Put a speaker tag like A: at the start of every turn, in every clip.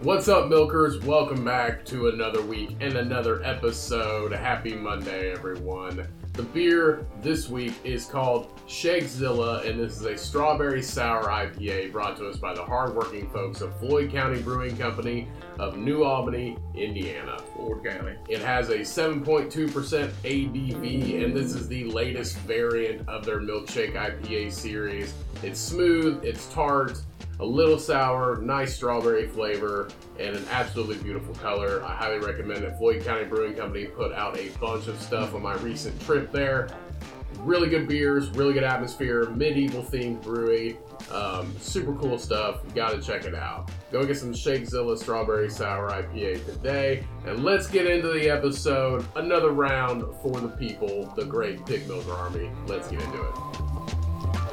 A: What's up, milkers? Welcome back to another week and another episode. Happy Monday, everyone. The beer this week is called Shagzilla, and this is a strawberry sour IPA brought to us by the hardworking folks of Floyd County Brewing Company of New Albany, Indiana.
B: Ford County.
A: It has a 7.2% ABV, and this is the latest variant of their milkshake IPA series. It's smooth, it's tart, a little sour, nice strawberry flavor, and an absolutely beautiful color. I highly recommend it. Floyd County Brewing Company put out a bunch of stuff on my recent trip there. Really good beers, really good atmosphere, medieval themed brewery. Um, super cool stuff. You gotta check it out. Go get some Shakezilla Strawberry Sour IPA today. And let's get into the episode. Another round for the people, the great Pig Milker Army. Let's get into it.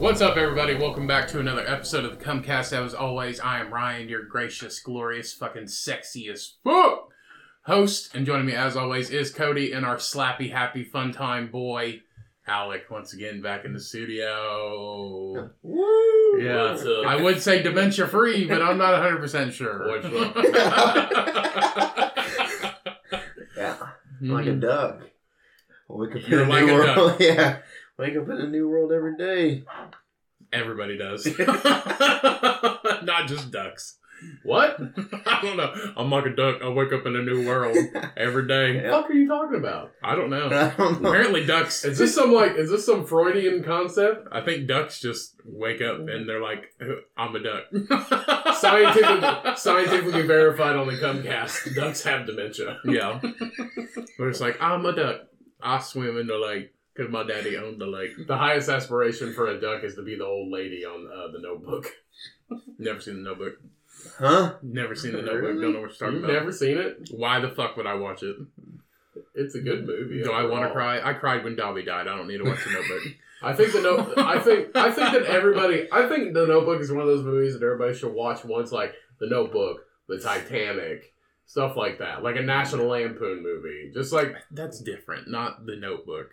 B: What's up, everybody? Welcome back to another episode of the Comcast. As always, I am Ryan, your gracious, glorious, fucking sexy as fuck host. And joining me, as always, is Cody and our slappy, happy, fun time boy, Alec, once again back in the studio.
A: Woo!
B: Yeah,
A: What's up?
B: I would say dementia free, but I'm not 100% sure.
A: What's up?
C: Yeah, Mm-hmm. like a duck. Wake up in
B: You're
C: a
B: like
C: new
B: a
C: world. yeah, wake up in a new world every day.
B: Everybody does. Not just ducks. What? I don't know. I'm like a duck. I wake up in a new world every day.
A: What the fuck are you talking about?
B: I don't know.
C: I don't know.
B: Apparently, ducks.
A: Is this some like is this some Freudian concept?
B: I think ducks just wake up and they're like, "I'm a duck."
A: Scientifically, scientifically verified on the Comcast. Ducks have dementia.
B: yeah. We're just like, "I'm a duck." I swim in the lake because my daddy owned the lake.
A: The highest aspiration for a duck is to be the old lady on uh, the Notebook.
B: Never seen the Notebook.
C: Huh?
B: Never seen the Notebook.
C: Really?
B: Don't know what you're talking
A: You've
B: about.
A: never seen it?
B: Why the fuck would I watch it?
A: It's a good movie.
B: Do I want to
A: overall.
B: cry? I cried when Dobby died. I don't need to watch the Notebook.
A: I think the note. I think I think that everybody. I think the Notebook is one of those movies that everybody should watch once, like the Notebook, the Titanic, stuff like that, like a National Lampoon movie. Just like
B: That's different. Not the Notebook.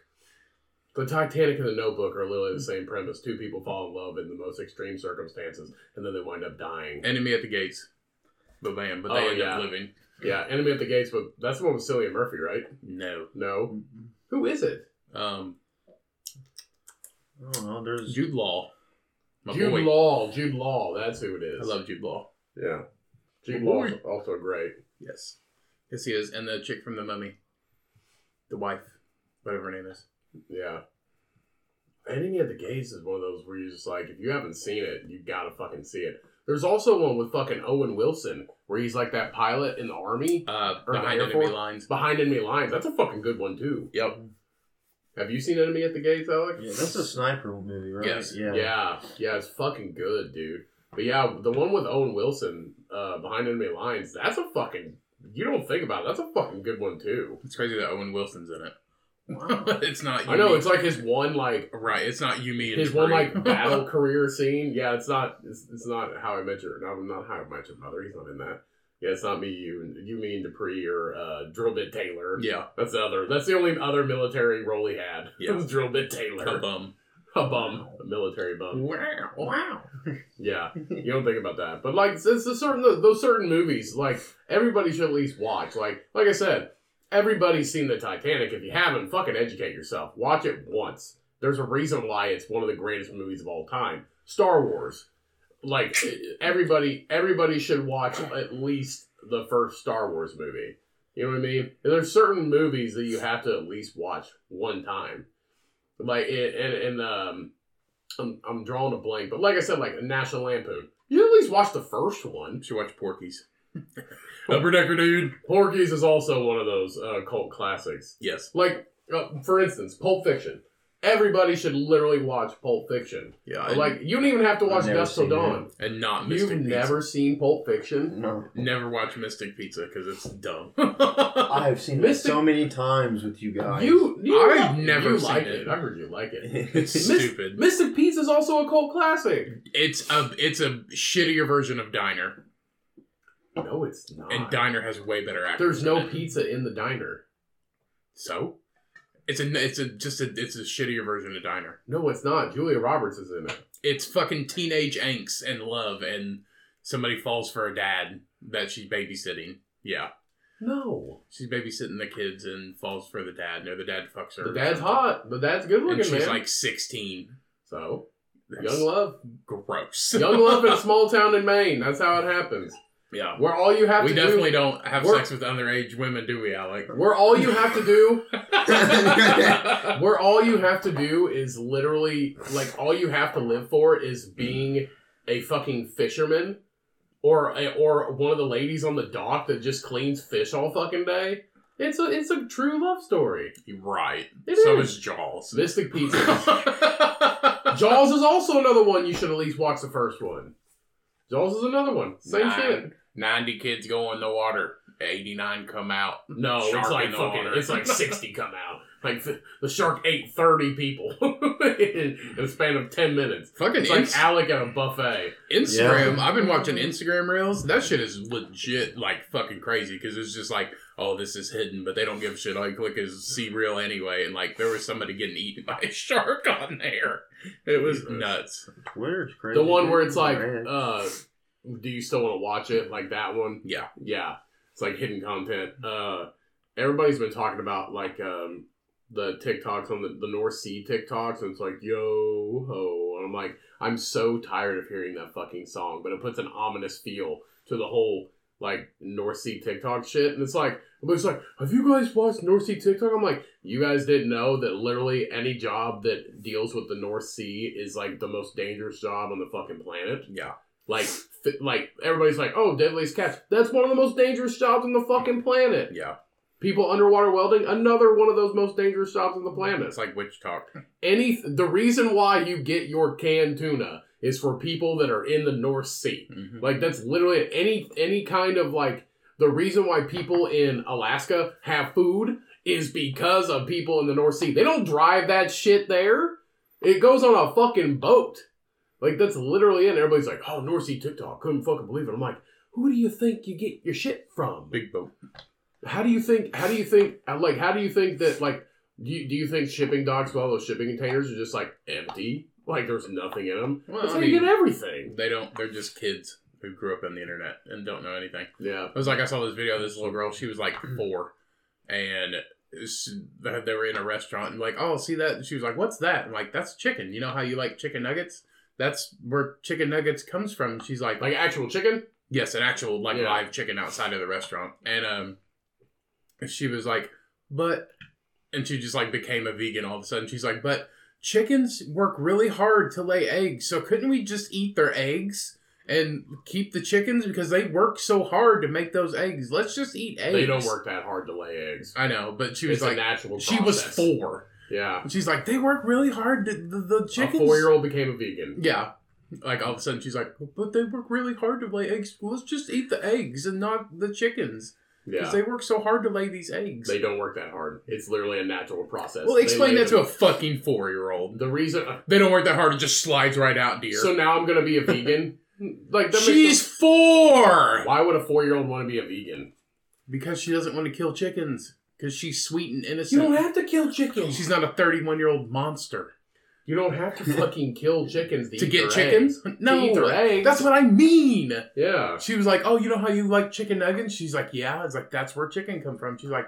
A: the Titanic and the Notebook are literally the same premise: two people fall in love in the most extreme circumstances, and then they wind up dying.
B: Enemy at the gates. But bam, but they
A: Oh,
B: end
A: yeah.
B: up living.
A: Yeah, Enemy at the Gates, but that's the one with Cillian Murphy, right?
B: No.
A: No,
C: Oh,
A: who is it?
B: Um,
C: I don't know. There's
B: Jude Law. My
A: Jude
B: boy.
A: Law. Jude Law. That's who it is.
B: I love Jude Law.
A: Yeah. Jude
B: My
A: Law
B: boy.
A: is also great.
B: Yes. Yes, he is. And the chick from The Mummy. The wife. Whatever her name is.
A: Yeah. Enemy at the Gates is one of those where you're just like, if you haven't seen it, you gotta fucking see it. There's also one with fucking Owen Wilson where he's like that pilot in the army
B: Uh,
A: Or the
B: behind
A: Air
B: enemy
A: Force?
B: lines.
A: behind enemy lines. That's a fucking good one too.
B: Yep.
A: Have you seen Enemy at the Gates, Alex?
C: yeah, that's a sniper movie, right?
B: Yes.
C: Yeah.
A: Yeah, yeah, it's fucking good, dude. But yeah, the one with Owen Wilson, uh, behind enemy lines. That's a fucking. You don't think about it. That's a fucking good one too.
B: It's crazy that Owen Wilson's in it.
C: Wow.
B: it's not. You,
A: I know
B: me.
A: it's like his one like
B: right. It's not you, me, and
A: his one
B: Bree.
A: like battle career scene. Yeah, it's not it's, it's not how I met your no, not how I met your mother. He's not in that. Yeah, it's not me, you, and- you, me, and Dupree or uh, Drillbit Taylor.
B: yeah.
A: That's the other. That's the only other military role he had.
B: Yeah.
A: was Drillbit Taylor,
B: A bum.
A: a bum, a military bum.
B: Wow. Wow.
A: Yeah, you don't think about that, but like it's it's a certain those certain movies, like everybody should at least watch. Like like I said, everybody's seen the Titanic. If you haven't, fucking educate yourself. Watch it once. There's a reason why it's one of the greatest movies of all time. Star Wars. Like everybody everybody should watch at least the first Star Wars movie. You know what I mean? And there's certain movies that you have to at least watch one time. Like and and, and um I'm, I'm drawing a blank, but like I said, like National Lampoon. You at least watch the first one.
B: Should watch Porky's. Upper Decker, dude.
A: Porky's is also one of those uh, cult classics.
B: Yes.
A: Like, uh, for instance, Pulp Fiction. Everybody should literally watch Pulp Fiction.
B: Yeah. I,
A: like, you don't even have to
C: I've
A: watch
C: never
A: Dust Till
C: seen
A: Dawn.
B: and not
A: You've
B: Mystic Pizza.
A: never seen Pulp Fiction.
C: No.
B: Never watch Mystic Pizza because it's dumb.
C: I have seen this
A: Mystic-
C: so many times with you guys.
A: You, you,
B: I've never
A: you
B: seen
A: like
B: it.
A: it. I heard you like it.
B: it's
A: Mis-
B: stupid.
A: Mystic Pizza is also a cult classic.
B: It's a it's a shittier version of Diner,
A: No, it's not.
B: and Diner has way better actors.
A: Ah. There's no
B: in it.
A: pizza in the diner.
B: so. It's a it's a just a it's a shittier version of Diner.
A: No, it's not. Julia Roberts is in it.
B: It's fucking teenage angst and love, and somebody falls for a dad that she's babysitting. Yeah,
A: No.
B: she's babysitting the kids and falls for the dad. No, the dad fucks her.
A: The dad's hot. The dad's good looking,
B: and she's
A: man.
B: like sixteen.
A: so,
B: That's
A: young love.
B: gross.
A: Young love in a small town in Maine. That's how it happens.
B: yeah,
A: Where all you have
B: we
A: to
B: definitely
A: do,
B: don't have
A: We're-
B: sex with underage women, do we, Alec?
A: where all you have to do, where all you have to do is literally like all you have to live for is being a fucking fisherman or a, or one of the ladies on the dock that just cleans fish all fucking day. It's a it's a true love story.
B: You're right.
A: It
B: so
A: is.
B: is Jaws.
A: Mystic Pizza.
B: Jaws
A: Jaws is also another one you should at least watch the first one. Jaws is another one. Same
B: Nah.
A: shit.
B: Ninety kids go in the water. Eighty nine come out.
A: No,
B: Shark
A: it's like
B: in the
A: fucking.
B: water.
A: It's like sixty come out. Like the, the shark ate thirty people in, in the span of ten minutes.
B: Fucking
A: It's like
B: Inst-
A: Alec at a buffet.
B: Instagram. I've been watching Instagram reels. That shit is legit, like fucking crazy. Because it's just like, oh, this is hidden, but they don't give a shit. All you click is see real anyway, and like there was somebody getting eaten by a shark on there. It was
A: Jesus.
B: nuts.
C: Where's crazy?
A: The one where
C: dude?
A: it's like,
C: Man.
A: uh, do you still want to watch it? Like that one.
B: Yeah.
A: yeah. It's like hidden content. Uh, everybody's been talking about like um the TikToks on the, the North Sea TikToks, and it's like yo ho, and I'm like, I'm so tired of hearing that fucking song, but it puts an ominous feel to the whole like North Sea TikTok shit, and it's like, but it's like, have you guys watched North Sea TikTok? I'm like, you guys didn't know that literally any job that deals with the North Sea is like the most dangerous job on the fucking planet.
B: Yeah.
A: Like, fi- like everybody's like, oh, deadliest catch. That's one of the most dangerous jobs on the fucking planet.
B: Yeah.
A: People underwater welding, another one of those most dangerous jobs on the planet.
B: It's like witch talk.
A: Any the reason why you get your canned tuna is for people that are in the North Sea.
C: Mm-hmm.
B: Mhm.
A: Like that's literally it. any any kind of like the reason why people in Alaska have food is because of people in the North Sea. They don't drive that shit there. It goes on a fucking boat. Like that's literally it. And everybody's like, "Oh, North Sea TikTok, couldn't fucking believe it." I'm like, "Who do you think you get your shit from?"
B: Big boat.
A: How do you think? How do you think? uh, Like, how do you think that? Like, do you, do you think shipping docks with all those shipping containers are just like empty? Like, there's nothing in them.
B: Well,
A: That's
B: I
A: how you
B: mean-
A: get everything.
B: They don't. They're just kids who grew up on the internet and don't know anything.
A: Yeah.
B: It was like I saw this video. of This little girl, she was like four, and she, they were in a restaurant and like, oh, see that? She was like, what's that? I'm like, that's chicken. You know how you like chicken nuggets? That's where chicken nuggets comes from. She's like,
A: Like actual chicken.
B: yes, an actual like
A: Yeah.
B: live chicken outside of the restaurant, and um, she was like, but, and she just like became a vegan all of a sudden. She's like, but chickens work really hard to lay eggs, so couldn't we just eat their eggs? And keep the chickens because they work so hard to make those eggs. Let's just eat eggs.
A: They don't work that hard to lay eggs.
B: I know, but she
A: It
B: was
A: was a
B: like,
A: natural.
B: she was
A: process.
B: four.
A: Yeah.
B: And she's like, they work really hard. The, the, the chickens.
A: A four-year-old became a vegan.
B: Yeah. Like all of a sudden, she's like, but they work really hard to lay eggs. Well, let's just eat the eggs and not the chickens because
A: Yeah.
B: they work so hard to lay these eggs.
A: They don't work that hard. It's literally a natural process.
B: well,
A: They
B: explain
A: lay
B: that to
A: them-
B: a fucking four-year-old.
A: The reason. uh,
B: They don't work that hard. It just slides right out, dear.
A: So now I'm gonna be a vegan. like that makes
B: she's four
A: no- Why would a four-year-old want to be a vegan?
B: because she doesn't want to kill chickens because she's sweet and innocent.
A: have to kill chickens.
B: she's not a thirty-one-year-old monster
A: You don't have to fucking kill chickens to,
B: to
A: eat
B: get
A: their
B: chickens.
A: eggs.
B: No,
A: to eat their eggs.
B: that's what I mean.
A: Yeah,
B: She was like, "Oh, you know how you like chicken nuggets?" She's like, "Yeah." It's like that's where chicken come from. She's like,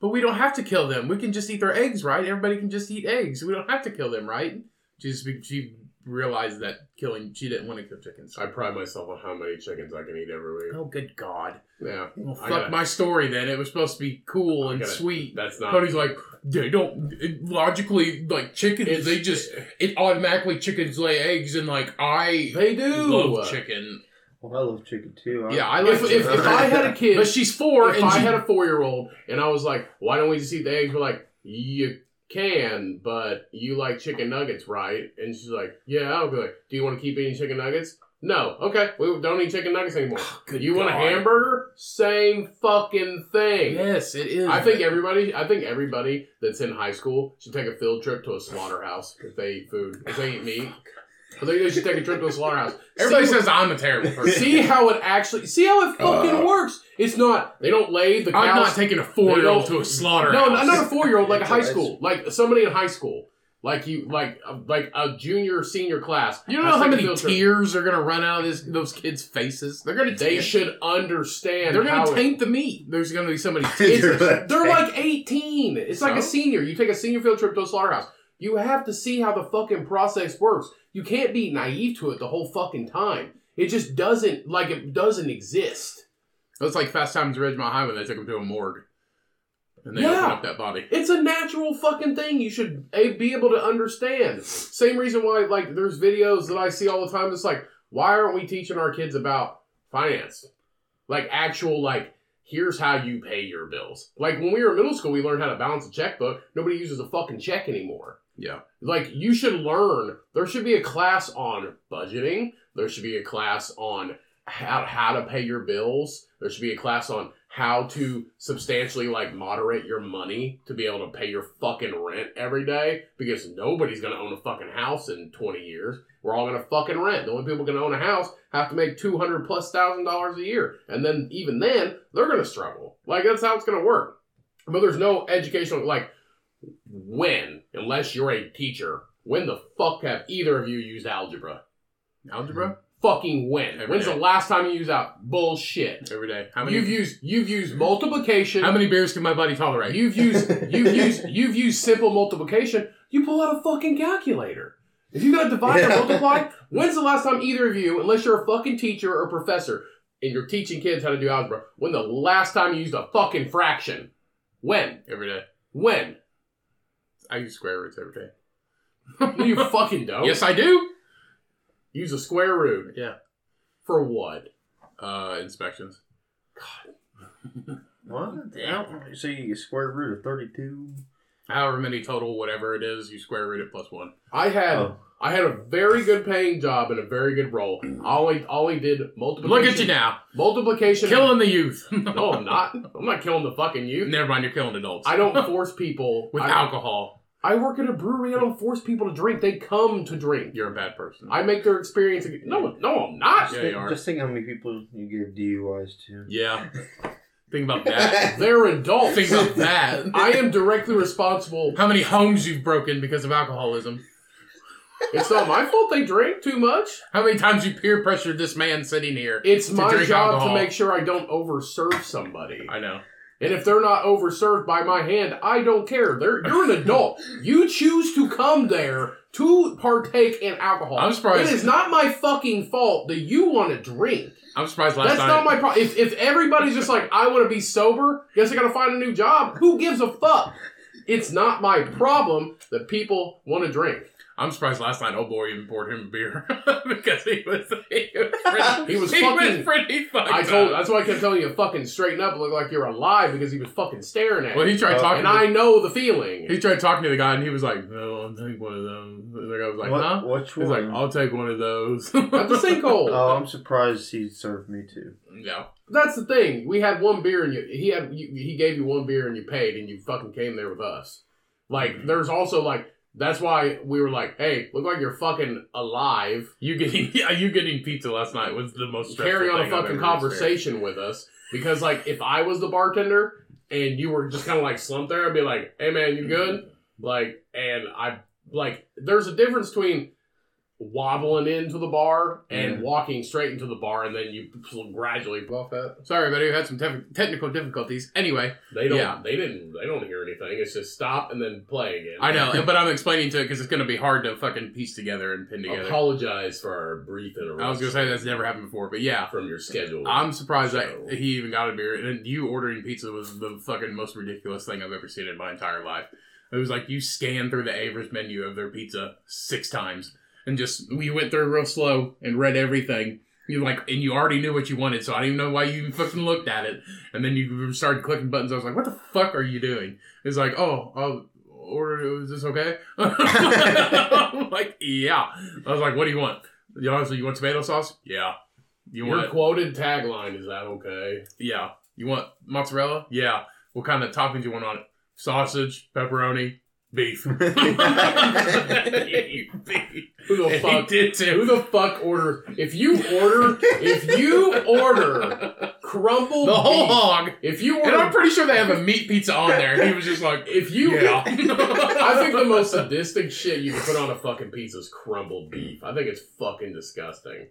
B: But we don't have to kill them. We can just eat their eggs, right? Everybody can just eat eggs. We don't have to kill them, right? She's, she realized that killing, she didn't want to kill chickens.
A: I pride myself on how many chickens I can eat every week.
B: Oh, good God.
A: Yeah,
B: Well,
A: I
B: fuck
A: gotta-
B: my story then. It was supposed to be cool
A: I
B: and
A: gotta-
B: sweet.
A: that's not.
B: Cody's like, they don't, it, logically, like chickens,
A: It's-
B: they just, it automatically chickens lay eggs and like, I
A: They do.
B: love chicken.
C: Well, I love chicken too. I-
B: Yeah, I like
A: If, if, if I had a kid,
B: But she's four
A: if
B: and
A: I
B: she
A: had a four year old and I was like, why don't we just eat the eggs? We're like, you can, but you like chicken nuggets, right? And she's like, yeah. I'll be like, do you want to keep eating chicken nuggets? No. Okay, we don't eat chicken nuggets anymore.
B: Oh, Good
A: you want a
B: God.
A: hamburger? Same fucking thing.
B: Yes, it is.
A: I think everybody, I think everybody that's in high school should take a field trip to a slaughterhouse if they eat food, if they eat meat. I think they should take a trip to a slaughterhouse.
B: everybody
A: See-
B: says I'm a terrible person.
A: see how it actually, see how it fucking
D: Uh.
A: works. It's not. They don't lay the cows.
B: I'm not taking a four year old to a slaughterhouse.
A: No, not, not a four year old, like a
C: It's
A: high
C: a-
A: school, like somebody in high school, like you, like uh, like a junior or senior class.
B: You don't
A: I
B: know how
A: think
B: many
A: they'll-
B: tears are gonna run out of this, those kids' faces. They're gonna
A: They
B: tear-
A: should understand.
B: They're
A: how
B: gonna
A: it-
B: taint the meat. There's gonna be somebody.
C: You're
A: It's,
C: like-
A: they're like 18. It's like
B: So?
A: a senior. You take a senior field trip to a slaughterhouse. You have to see how the fucking process works. You can't be naive to it the whole fucking time. It just doesn't like it doesn't exist.
B: That's like Fast Times at Ridgemont High when they took him to a morgue, and they
A: Yeah.
B: opened up that body.
A: It's a natural fucking thing. You should eh, be able to understand. Same reason why like there's videos that I see all the time. It's like why aren't we teaching our kids about finance? Like actual like here's how you pay your bills. Like when we were in middle school, we learned how to balance a checkbook. Nobody uses a fucking check anymore.
B: Yeah.
A: Like you should learn. There should be a class on budgeting. There should be a class on how, how to pay your bills. There should be a class on how to substantially like moderate your money to be able to pay your fucking rent every day because nobody's gonna own a fucking house in 20 years. We're all gonna fucking rent. The only people gonna own a house have to make 200 plus thousand dollars a year. And then even then, they're gonna struggle. Like that's how it's gonna work. But there's no educational like when, unless you're a teacher, when the fuck have either of you used algebra?
B: Algebra
A: Fucking when?
B: Every
A: When's
B: day.
A: the last time you used out bullshit?
B: every day. How
A: you've
B: many?
A: used you've used multiplication.
B: How many beers can my body tolerate?
A: You've used you've used you've used simple multiplication. You pull out a fucking calculator. If you gotta divide and
C: Yeah.
A: multiply, when's the last time either of you, unless you're a fucking teacher or professor, and you're teaching kids how to do algebra, when the last time you used a fucking fraction? When?
B: every day.
A: When?
B: I use square roots every day.
A: No, you fucking don't.
B: Yes, I do.
A: Use a square root.
B: Yeah.
A: For what?
B: Uh, inspections.
C: What? Damn. So you get square root of 32?
B: However many total, whatever it is, you square root it plus one.
A: I had
C: Oh.
A: I had a very good paying job and a very good role. I only, I only did multiplication.
B: Look at you now,
A: Multiplication.
B: killing the youth.
A: No, I'm not. I'm not killing the fucking youth.
B: Never mind, you're killing adults.
A: I don't force people.
B: with
A: I,
B: alcohol,
A: I work at a brewery. I don't force people to drink. They come to drink.
B: you're a bad person.
A: I make their experience. No, no, I'm not.
B: Yeah, you are.
C: Just think how many people you give DUIs to.
B: yeah. Think about that.
A: They're adults.
B: Think about that.
A: I am directly responsible.
B: How many homes you've broken because of alcoholism?
A: It's not my fault they drink too much.
B: How many times you peer pressured this man sitting here?
A: It's
B: To
A: my
B: drink
A: job
B: alcohol.
A: to make sure I don't overserve somebody.
B: I know.
A: And if they're not overserved by my hand, I don't care. They're, you're an adult. you choose to come there to partake in alcohol.
B: I'm surprised-
A: It is not my fucking fault that you want to drink.
B: I'm surprised last
A: That's
B: night.
A: not my problem. If, if everybody's just like, I want to be sober, guess I got to find a new job. Who gives a fuck? It's not my problem that people want to drink.
B: I'm surprised last night old boy even poured him a beer because he was he was pretty,
A: He was
B: he
A: fucking-
B: was pretty fucked
A: I told.
B: up.
A: That's why I kept telling you, fucking straighten up, look like you're alive, because he was fucking staring at
B: Well,
A: you.
B: he tried
C: Uh,
A: And
B: talking. to
A: I know the feeling.
B: he tried talking to the guy and he was like, "No, I'm taking one of those." And the guy was like,
C: what,
B: "Huh?"
C: Which
B: He's
C: one?
B: like, "I'll take one of those."
A: At the sinkhole.
C: oh, I'm surprised he served me too.
B: no.
A: That's the thing. We had one beer, and you, he had you, he gave you one beer, and you paid, and you fucking came there with us.
B: Mm-hmm.
A: Like, there's also like that's why we were like, hey, look like you're fucking alive.
B: You getting yeah, you getting pizza last night was the most stressful
A: Carry on a
B: thing I've
A: fucking
B: ever experienced.
A: conversation with us because like if I was the bartender and you were just kind of like slumped there, I'd be like, hey man, you good? Like, and I like there's a difference between wobbling into the bar and
C: Yeah.
A: walking straight into the bar, and then you gradually off that.
B: Sorry, everybody, we had some tef- technical difficulties. Anyway,
A: They don't.
B: Yeah.
A: They didn't. They don't hear anything. It's just stop and then play again.
B: I know, but I'm explaining to it because it's going to be hard to fucking piece together and pin together.
A: Apologize for our brief interruption.
B: I was going to say that's never happened before, but yeah.
A: from your schedule.
B: I'm surprised
A: So-
B: that he even got a beer. And you ordering pizza was the fucking most ridiculous thing I've ever seen in my entire life. It was like you scan through the Avers menu of their pizza six times and just we went through real slow and read everything. You like and you already knew what you wanted, so I didn't even know why you even fucking looked at it. And then you started clicking buttons. I was like, "What the fuck are you doing?" It's like, "Oh, I'll order. Is this okay?" I'm like, "Yeah." I was like, "What do you want?" Honestly, you want tomato sauce? Yeah. You
A: your
B: want
A: quoted tagline is that okay?
B: yeah. You want mozzarella? Yeah. What kind of toppings you want on it? Sausage, pepperoni, beef. Who
A: Who the
B: He
A: fuck?
B: did
A: Who
B: too.
A: the fuck order? If you order, if you order crumble
B: The whole
A: beef,
B: hog.
A: if you
B: And I'm
A: order,
B: pretty sure they have a meat pizza on there. He was just like,
A: if you,
B: yeah.
A: I think the most sadistic shit you can put on a fucking pizza is crumbled beef. I think it's fucking disgusting.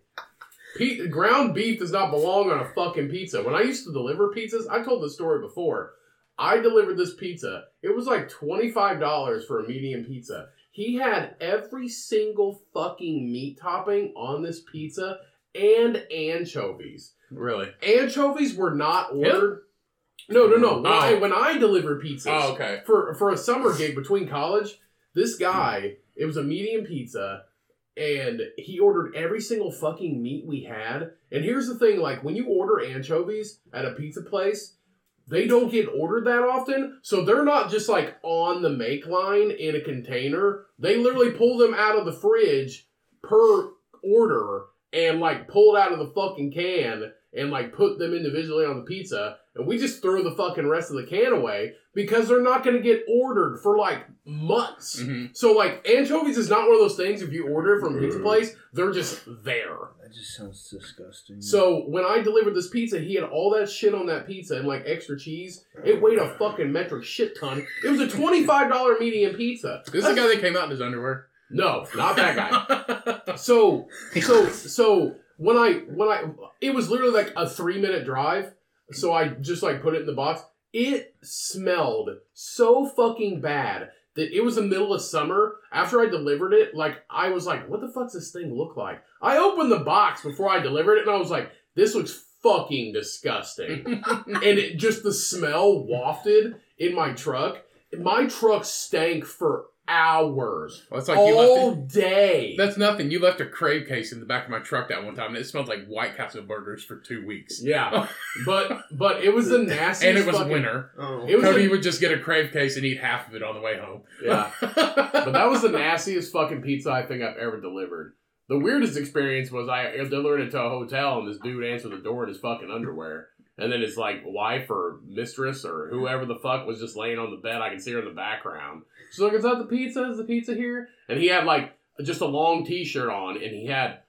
A: Pe- ground beef does not belong on a fucking pizza. When I used to deliver pizzas, I told this story before. I delivered this pizza. It was like $25 for a medium pizza. He had every single fucking meat topping on this pizza and anchovies
B: really.
A: anchovies were not
B: Him?
A: ordered. No, no, no. When,
B: Oh.
A: I, when I delivered pizzas
B: Oh, okay.
A: for for a summer gig between college, this guy it was a medium pizza, and he ordered every single fucking meat we had. And here's the thing: like when you order anchovies at a pizza place. They don't get ordered that often, so they're not just like on the make line in a container. They literally pull them out of the fridge per order and like pull it out of the fucking can and like put them individually on the pizza and we just throw the fucking rest of the can away because they're not going to get ordered for like months.
B: Mhm.
A: So like anchovies is not one of those things if you order it from a pizza
B: Mm-hmm.
C: Mm.
A: place, they're just there.
C: That just sounds disgusting.
A: So when I delivered this pizza, he had all that shit on that pizza and like extra cheese. It weighed a fucking metric shit ton. It was a $25 medium pizza.
B: This is the guy that came out in his underwear.
A: No, not that guy. So so so when I when I it was literally like a three minute drive. So I just like put it in the box. It smelled so fucking bad that it was the middle of summer. After I delivered it, like I was like, what the fuck's this thing look like? I opened the box before I delivered it and I was like, this looks fucking disgusting. and it just the smell wafted in my truck. My truck stank for hours.
B: Well, it's like you left
A: all day.
B: That's nothing. You left a crave case in the back of my truck that one time, and it smelled like White Castle burgers for two weeks.
A: Yeah, but but it was the nastiest.
B: And it was
A: fucking,
B: winter.
C: Oh.
A: It was
B: Cody
A: a-
B: would just get a crave case and eat half of it on the way home.
A: Yeah, but that was the nastiest fucking pizza I think I've ever delivered. The weirdest experience was I delivered it to a hotel and this dude answered the door in his fucking underwear. And then his like wife or mistress or whoever the fuck was just laying on the bed. I can see her in the background. She's like, "Is that the pizza? Is the pizza here?" And he had like just a long T-shirt on, and he had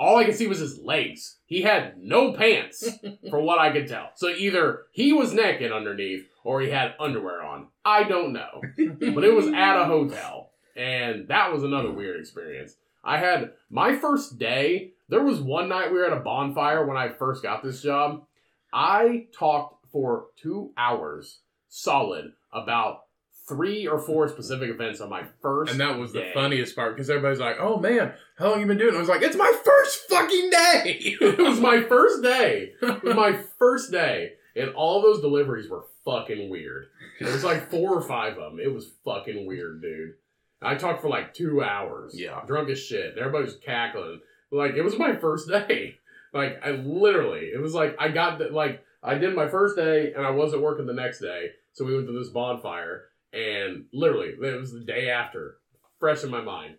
A: all I could see was his legs. He had no pants, from what I could tell. So either he was naked underneath, or he had underwear on. I don't know, but it was at a hotel, and that was another weird experience. I had my first day. There was one night we were at a bonfire when I first got this job. I talked for two hours solid about three or four specific events on my first.
B: And that was the
A: day.
B: funniest part because everybody's like, "Oh man, how long you been doing?" it?" I was like, "It's my first fucking day."
A: it was my first day. It was my first day, and all those deliveries were fucking weird. There was like four or five of them. It was fucking weird, dude. I talked for like two hours.
B: Yeah.
A: drunk as shit. Everybody was cackling. Like it was my first day. Like I literally, it was like I got the, like I did my first day, and I wasn't working the next day, so we went to this bonfire, and literally it was the day after. Fresh in my mind.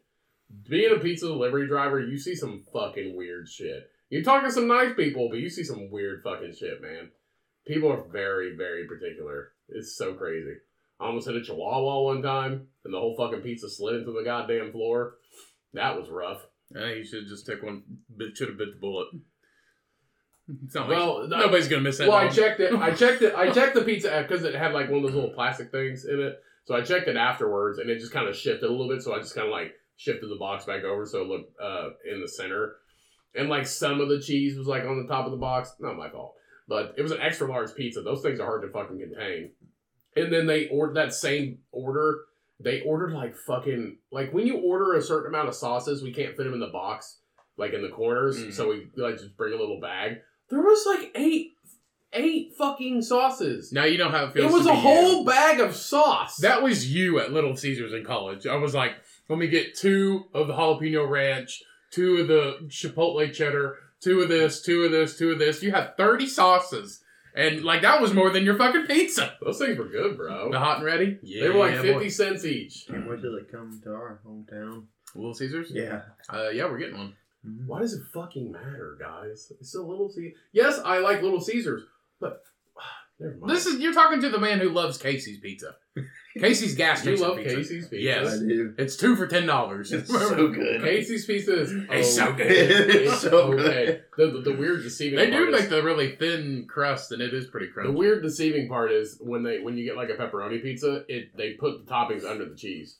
A: Being a pizza delivery driver, you see some fucking weird shit. You're talking to some nice people, but you see some weird fucking shit, man. People are very, very particular. It's so crazy. I almost hit a chihuahua one time, and the whole fucking pizza slid into the goddamn floor. That was rough.
B: I think you should just take one. Should have bit the bullet. It's not like
A: Well, I-
B: nobody's gonna miss that.
A: well, I
B: long.
A: checked it. I checked it. I checked the pizza because it had like one of those little plastic things in it. So I checked it afterwards, and it just kind of shifted a little bit. So I just kind of like shifted the box back over so it looked uh, in the center. And like some of the cheese was like on the top of the box. Not my fault. But it was an extra large pizza. Those things are hard to fucking contain. And then they ordered that same order. They ordered like fucking like when you order a certain amount of sauces, we can't fit them in the box, like in the corners.
B: Mhm.
A: So we like just bring a little bag. There was like eight, eight fucking sauces.
B: Now you know how it
A: It
B: feels.
A: was
B: to
A: a
B: be
A: whole
B: you.
A: bag of sauce.
B: That was you at Little Caesars in college. I was like, let me get two of the jalapeno ranch, two of the chipotle cheddar, two of this, two of this, two of this. You had thirty sauces, and like that was more than your fucking pizza.
A: those things were good, bro.
B: The hot and ready.
A: they were like
B: Uh, Yeah,
A: fifty
B: boy.
A: cents each.
C: Can't wait till they come to our hometown.
B: Little Caesars.
C: Yeah.
B: Uh, yeah, we're getting one.
C: Mhm.
A: Why does it fucking matter, guys? It's a Little Caesars. Yes, I like Little Caesars, but never mind.
B: This is you're talking to the man who loves Casey's pizza. Casey's gas
A: you
B: station.
A: love
B: pizza.
A: Casey's Pizza.
C: I
B: Yes.
C: do.
B: It's two for ten dollars.
C: It's so good.
A: Casey's Pizza is
B: It's so good.
C: It's so
A: okay. The, the, the weird deceiving
B: oh. They
A: part
B: do
A: is-
B: make the really thin crust, and it is pretty crunchy.
A: the weird deceiving part is when they when you get like a pepperoni pizza, it they put the toppings under the cheese.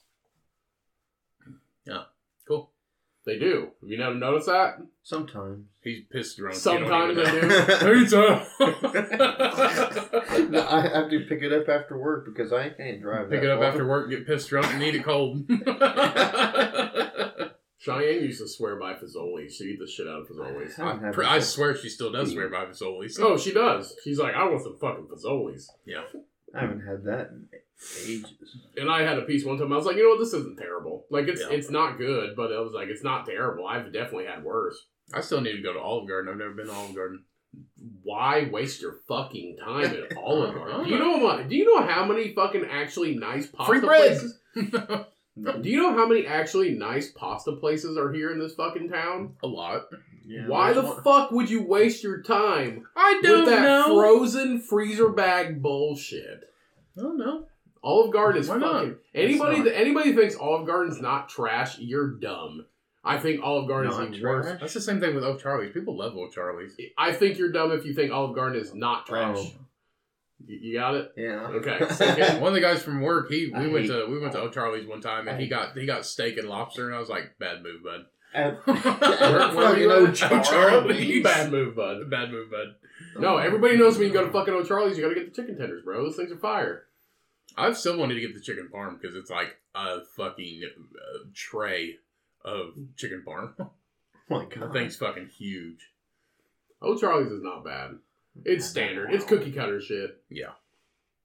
B: cool.
A: They do. Have you never noticed that?
C: Sometimes.
B: He's pissed drunk.
A: Sometimes they do.
B: Pizza.
C: no, I have to pick it up after work because I can't drive.
B: Pick
C: that
B: it up
C: far.
B: after work, get pissed drunk, and eat it cold.
A: Cheyenne used to swear by Fazoli's. She eat the shit out of Fazoli's.
C: I don't have
B: Pr- I
C: it.
B: swear she still does swear by Fazoli's.
A: Hmm. Oh, she does. She's like, I want some fucking Fazoli's.
C: I haven't had that in ages.
A: And I had a piece one time. I was like, you know what, this isn't terrible. Like it's
B: Yeah.
A: it's not good, but I was like, it's not terrible. I've definitely had worse.
B: I still need to go to Olive Garden. I've never been to Olive Garden.
A: Why waste your fucking time at Olive Garden?
B: Uh-huh.
A: Do you know what? Do you know how many fucking actually nice pasta
B: Free bread.
A: places? Do you know how many actually nice pasta places are here in this fucking town?
B: A lot.
C: Yeah,
A: Why the
C: there's one-
A: fuck would you waste your time
B: I
A: with
B: don't
A: that
B: know.
A: frozen freezer bag bullshit?
B: I don't know.
A: Olive Garden is
B: Why
A: fucking
B: not?
A: anybody
B: not.
A: that anybody thinks Olive Garden's not trash, you're dumb. I think Olive Garden
C: Not
A: is the
C: trash?
A: worst.
B: That's the same thing with O'Charlie's. People love O'Charlie's.
A: I think you're dumb if you think Olive Garden is not trash.
C: Oh,
A: You, you got it?
C: yeah.
A: Okay.
C: uh,
B: Yeah, one of the guys from work, he we
C: I
B: went
C: hate-
B: to we went to O'Charlie's one time, and
C: I
B: he
C: hate-
B: got he got steak and lobster, and I was like, bad move, bud.
C: At-
B: Where- where
C: Fucking
B: we went?
C: O'Charlie's.
B: O'Charlie's.
A: Bad move, bud.
B: Bad move, bud.
C: Oh.
A: No, everybody knows when you go to fucking O'Charlie's, you gotta get the chicken tenders, bro. Those things are fire.
B: I've still wanted to get the chicken parm because it's like a fucking uh, tray of chicken parm.
C: Oh my
B: That
C: god.
B: thing's fucking huge.
A: O'Charlie's is not bad. It's standard. It's cookie cutter shit.
B: Yeah.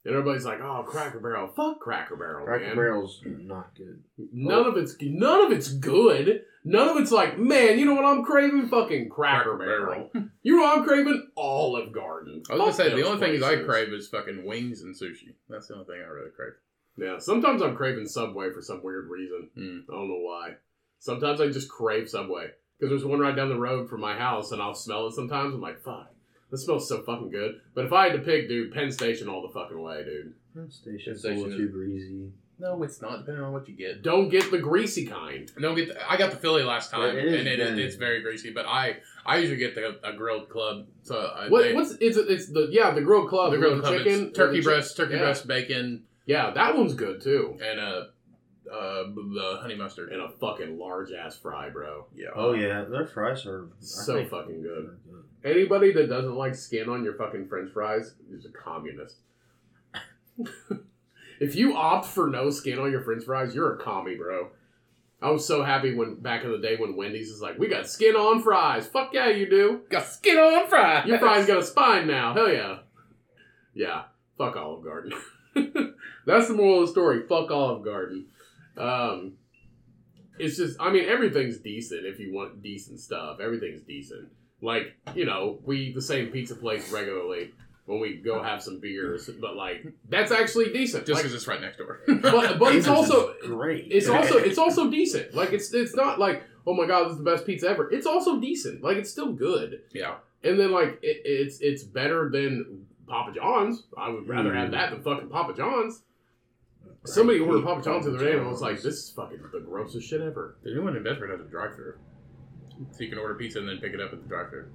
A: And everybody's like, "Oh, Cracker Barrel, fuck Cracker Barrel,
C: Cracker
A: man."
C: Barrel's not good.
B: Oh.
A: None of it's none of it's good. None of it's like, man, you know what I'm craving? Fucking Cracker,
B: Cracker
A: Barrel. you know what I'm craving? Olive Garden.
B: I was gonna
A: Fuck
B: say the
A: those
B: only things I
A: places.
B: crave is fucking wings and sushi. That's the only thing I really crave.
A: Yeah, sometimes I'm craving Subway for some weird reason.
B: Mm.
A: I don't know why. Sometimes I just crave Subway because there's one right down the road from my house, and I'll smell it sometimes. I'm like, fuck, this smells so fucking good. But if I had to pick, dude, Penn Station all the fucking way, dude.
C: That station's a
B: Station
C: little
B: is-
C: too greasy.
B: No, it's not. Depending on what you get.
A: Don't get the greasy kind.
B: No, get the, I got the Philly last time,
C: Yeah, it is
B: and it,
C: good.
B: it's very greasy. But I I usually get the a grilled club. So I,
A: What,
B: they-
A: what's it's it's the yeah the grilled club
B: the grilled
A: with the
B: club?
A: chicken
B: it's turkey
A: with the chi-
B: breast, turkey
A: yeah.
B: breast, bacon,
A: Yeah, that one's good too.
B: and uh, uh the honey mustard.
A: And a fucking large ass fry, bro.
B: yeah.
C: Oh yeah, their fries are I
A: So
C: think-
A: fucking good. Anybody that doesn't like skin on your fucking french fries is a communist. if you opt for no skin on your french fries, you're a commie, bro. I was so happy when back in the day when Wendy's is like, we got skin on fries. Fuck yeah, you do.
B: Got skin on fries.
A: Your fries got a spine now. Hell yeah. Yeah. Fuck Olive Garden. That's the moral of the story. Fuck Olive Garden. Um, it's just, I mean, everything's decent if you want decent stuff. Everything's decent. Like, you know, we eat the same pizza place regularly when we go have some beers, but like, that's actually decent.
B: just
A: Like,
B: because it's right next door.
A: but, but
C: Pizza's
A: it's also,
C: is great.
A: it's also, it's also decent. Like, it's, it's not like, oh my God, this is the best pizza ever. It's also decent. Like, it's still good.
B: yeah,
A: And then like it, it's it's better than Papa John's. I would rather have
C: Mm.
A: that than fucking Papa John's. Somebody
C: I
A: ordered
C: hate
A: Papa John's the other day and I was like,
C: John's.
A: this is fucking the grossest shit ever.
B: the new one in Bedford has a drive-through, so you can order pizza and then pick it up at the drive-through.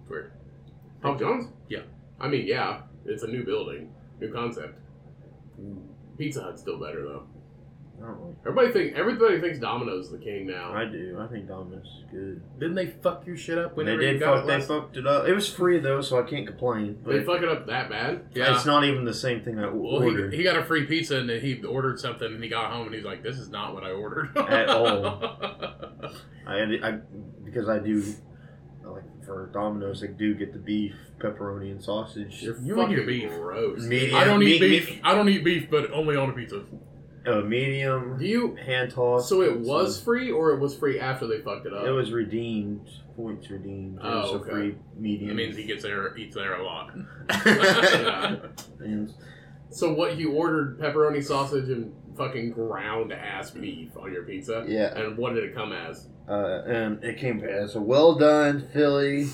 B: It's Weird.
A: Papa John's?
B: Yeah.
A: I mean, yeah, it's a new building, new concept. Pizza Hut's still better though.
C: don't
A: Everybody think everybody thinks Domino's the king now.
C: I do. I think Domino's is good.
B: Didn't they fuck your shit up
C: they
B: whenever you
C: did
B: got
C: fuck.
B: it?
C: They
B: last-
C: fucked it up. It was free though, so I can't complain. But
A: They fuck it up that bad.
B: Yeah.
C: it's not even the same thing I
B: Well,
C: ordered
B: he, he got a free pizza and then he ordered something and he got home and he's like, "This is not what I ordered
C: at all. I, had- I because I do like for Domino's, I do get the beef, pepperoni, and sausage.
A: You're
B: You and
A: fucking
B: your beef.
A: gross.
C: Medium,
B: I don't eat
C: me-
B: beef. I don't eat beef, but only on a pizza.
C: me- uh, medium,
A: Do you?
C: hand tossed.
A: So it was free, or it was free after they fucked it up.
C: It was redeemed. Points redeemed. It
A: Oh,
C: was a
A: okay.
C: free medium.
B: It means he gets there, eats there a lot.
A: Yeah.
C: And
A: so what you ordered pepperoni sausage and fucking ground ass beef on your pizza.
C: yeah,
A: And what did it come as?
C: uh, and it came as a well done Philly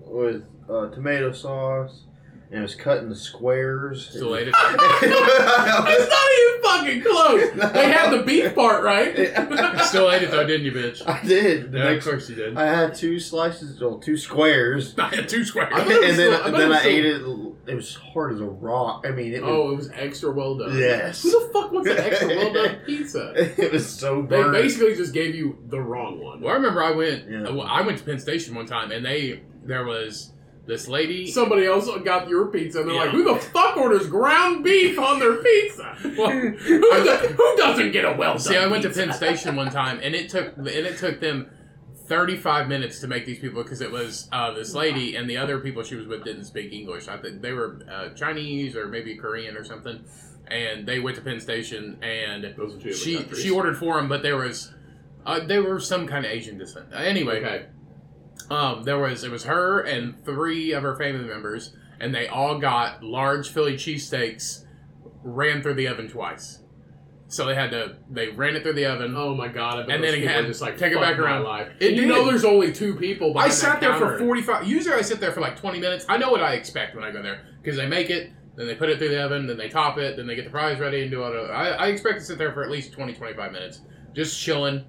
C: with uh, tomato sauce, and it was cut into squares.
B: It's the latest.
A: it's not even fucking close. They had the beef part right.
B: You Still ate it though, didn't you, bitch?
C: I did. The
B: Yeah, of
C: next,
B: course you did.
C: I had two slices, well, two squares,
B: I had two squares.
A: I
C: and
A: bet it was
C: then,
A: still- I bet
C: then
A: it was
C: I ate it. It was hard as a rock. I mean, it was,
A: Oh, it was extra well done.
C: Yes.
A: Who the fuck wants an extra well done pizza?
C: it was so
A: They
C: burnt.
A: basically just gave you the wrong one.
B: Well, I remember I went.
C: Yeah.
B: well, I went to Penn Station one time, and they there was this lady.
A: Somebody else got your pizza, and they're like,
B: Yeah.
A: "Who the fuck orders ground beef on their pizza?
B: Well,
A: who, do- who doesn't get a well done?"
B: see, I went to
A: pizza?
B: Penn Station one time, and it took and it took them. 35 minutes to make these people because it was uh, this lady and the other people she was with didn't speak English. I think they were uh, Chinese or maybe Korean or something. And they went to Penn Station and
A: Those are two of the
B: she
A: countries.
B: she ordered for them, but there was uh, they were some kind of Asian descent. Uh, Anyway,
A: Okay.
B: Um, there was it was her and three of her family members, and they all got large Philly cheesesteaks, ran through the oven twice. So they had to they ran it through the oven.
A: Oh my god! I bet
B: And
A: those
B: then
A: people
B: again,
A: just like
B: take it
A: "Fuck
B: back
A: my
B: around."
A: Life.
B: It
A: And you
B: did.
A: know, there's only two people.
B: I
A: behind that
B: sat there for
A: counter.
B: forty five. Usually I sit there for like twenty minutes. I know what I expect when I go there because they make it, then they put it through the oven, then they top it, then they get the fries ready and do all. the- I, I expect to sit there for at least 20, 25 minutes, just chilling.